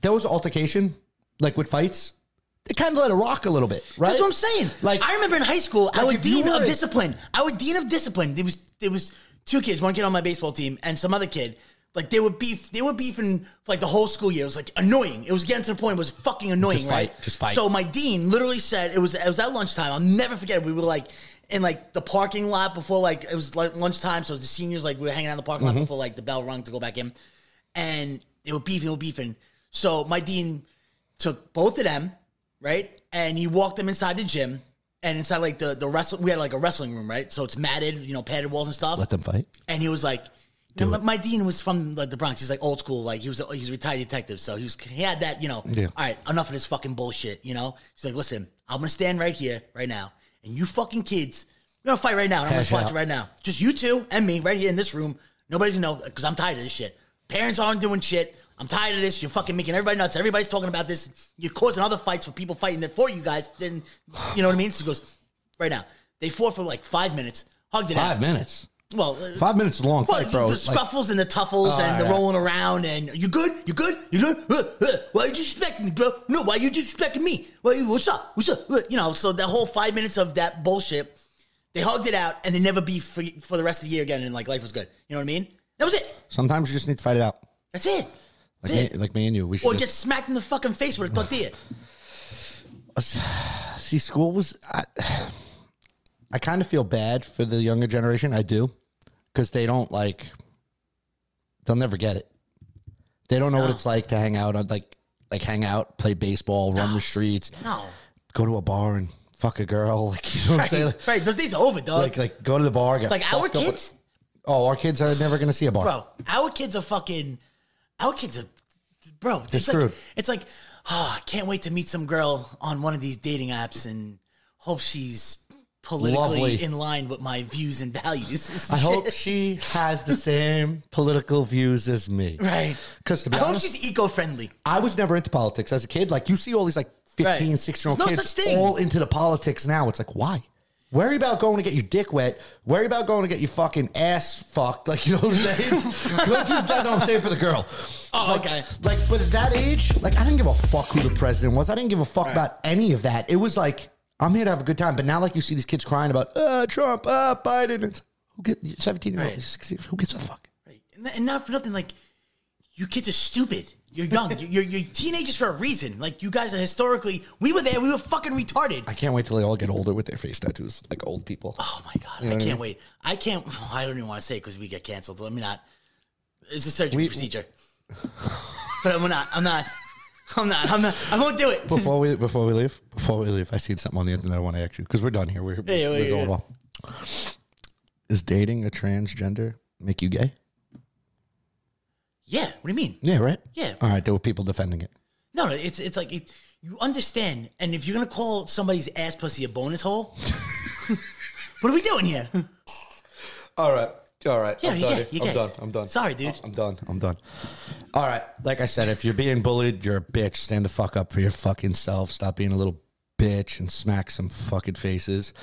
there was altercation, like with fights, they kind of let it rock a little bit, right? That's what I'm saying. Like- Like I remember in high school, I Like, was if you dean of were- discipline. I was dean of discipline. There was there was two kids, one kid on my baseball team and some other kid. Like they were beef, they were beefing for like the whole school year. It was like annoying. It was getting to the point. It was fucking annoying. Just fight, right? just fight. So my dean literally said it was. It was at lunchtime. I'll never forget. it. We were like in like the parking lot before like it was like lunchtime. So the seniors like we were hanging out in the parking Mm-hmm. lot before like the bell rung to go back in, and they were beefing, they were beefing. So my dean took both of them, right? And he walked them inside the gym and inside like the the wrestling. We had like a wrestling room, right? So it's matted, you know, padded walls and stuff. Let them fight. And he was like, you know, my, my dean was from like the Bronx. He's like old school. Like he was he's a retired detective, so he was he had that you know. Yeah. All right, enough of this fucking bullshit. You know, he's like, listen, I'm gonna stand right here, right now, and you fucking kids, you're gonna fight right now, and I'm Cash gonna watch out. it right now. Just you two and me, right here in this room. Nobody know because I'm tired of this shit. Parents aren't doing shit. I'm tired of this. You're fucking making everybody nuts. Everybody's talking about this. You're causing other fights for people fighting that for you guys. Then you know what I mean. So he goes, right now. They fought for like five minutes. Hugged it out. Five minutes. Well, Five minutes is a long well, fight, bro. The Like, scuffles and the tuffles and the alright. rolling around and you good? You good? You good? Uh, uh, why you disrespecting me, bro? No, why you disrespecting me? Why you, what's up? What's up? Uh, You know, so the whole five minutes of that bullshit, they hugged it out and they never beef for, for the rest of the year again and like life was good. You know what I mean? That was it. Sometimes you just need to fight it out. That's it. Like That's me, it. like me and you, we should. Or get just- smacked in the fucking face with a tortilla. see, school was. I, I kind of feel bad for the younger generation. I do, because they don't like. They'll never get it. They don't know what it's like to hang out on like like hang out, play baseball, run the streets, No. go to a bar and fuck a girl. Like you know what I'm saying? Right, right. Those days are over, dog. Like like go to the bar, get Like our fucked up. kids, Oh, our kids are never gonna see a bar. bro. Our kids are fucking. Our kids are, bro. It's like screwed. it's like, oh, I can't wait to meet some girl on one of these dating apps and hope she's politically Lovely. in line with my views and values. I hope she has the same political views as me. right. Because to I be hope honest, she's eco-friendly. I was never into politics as a kid. Like you see all these like 15, Right. 16 year old There's no kids such thing. all into the politics now. It's like, why? Worry about going to get your dick wet. Worry about going to get your fucking ass fucked. Like, you know what I'm saying? like, you know what I'm saying for the girl. Oh, okay. Like, but at that age, like, I didn't give a fuck who the president was. I didn't give a fuck about any of that. It was like, I'm here to have a good time. But now, like, you see these kids crying about, uh, Trump, uh, Biden. It's, who get 17 year old, Right. 16, who gives a fuck? Right. And, and not for nothing, like you kids are stupid. You're young. you're, you're teenagers for a reason. Like you guys are historically. We were there. We were fucking retarded. I can't wait till they all get older with their face tattoos, like old people. Oh my god, I can't wait. I can't. I don't even want to say it because we get canceled. Let me not. It's a surgical We- procedure. but I'm not. I'm not. I'm not. I'm not. I won't do it. before we before we leave, before we leave, I seen something on the internet I want to ask you because we're done here. We're, yeah, we're oh, yeah, going yeah. off. Is dating a transgender make you gay? Yeah. What do you mean? Yeah, right. Yeah. All right, there were people defending it. No, no. It's it's like it, you understand. And if you're gonna call somebody's ass pussy a bonus hole, what are we doing here? All right. All right. Yeah, I'm, you done gay, here. you I'm gay. done. I'm done. Sorry, dude. I'm done. I'm done. All right. Like I said, if you're being bullied, you're a bitch. Stand the fuck up for your fucking self. Stop being a little bitch and smack some fucking faces.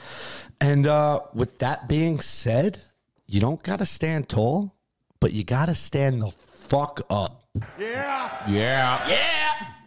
And uh, with that being said, you don't got to stand tall, but you got to stand the fuck up. Yeah.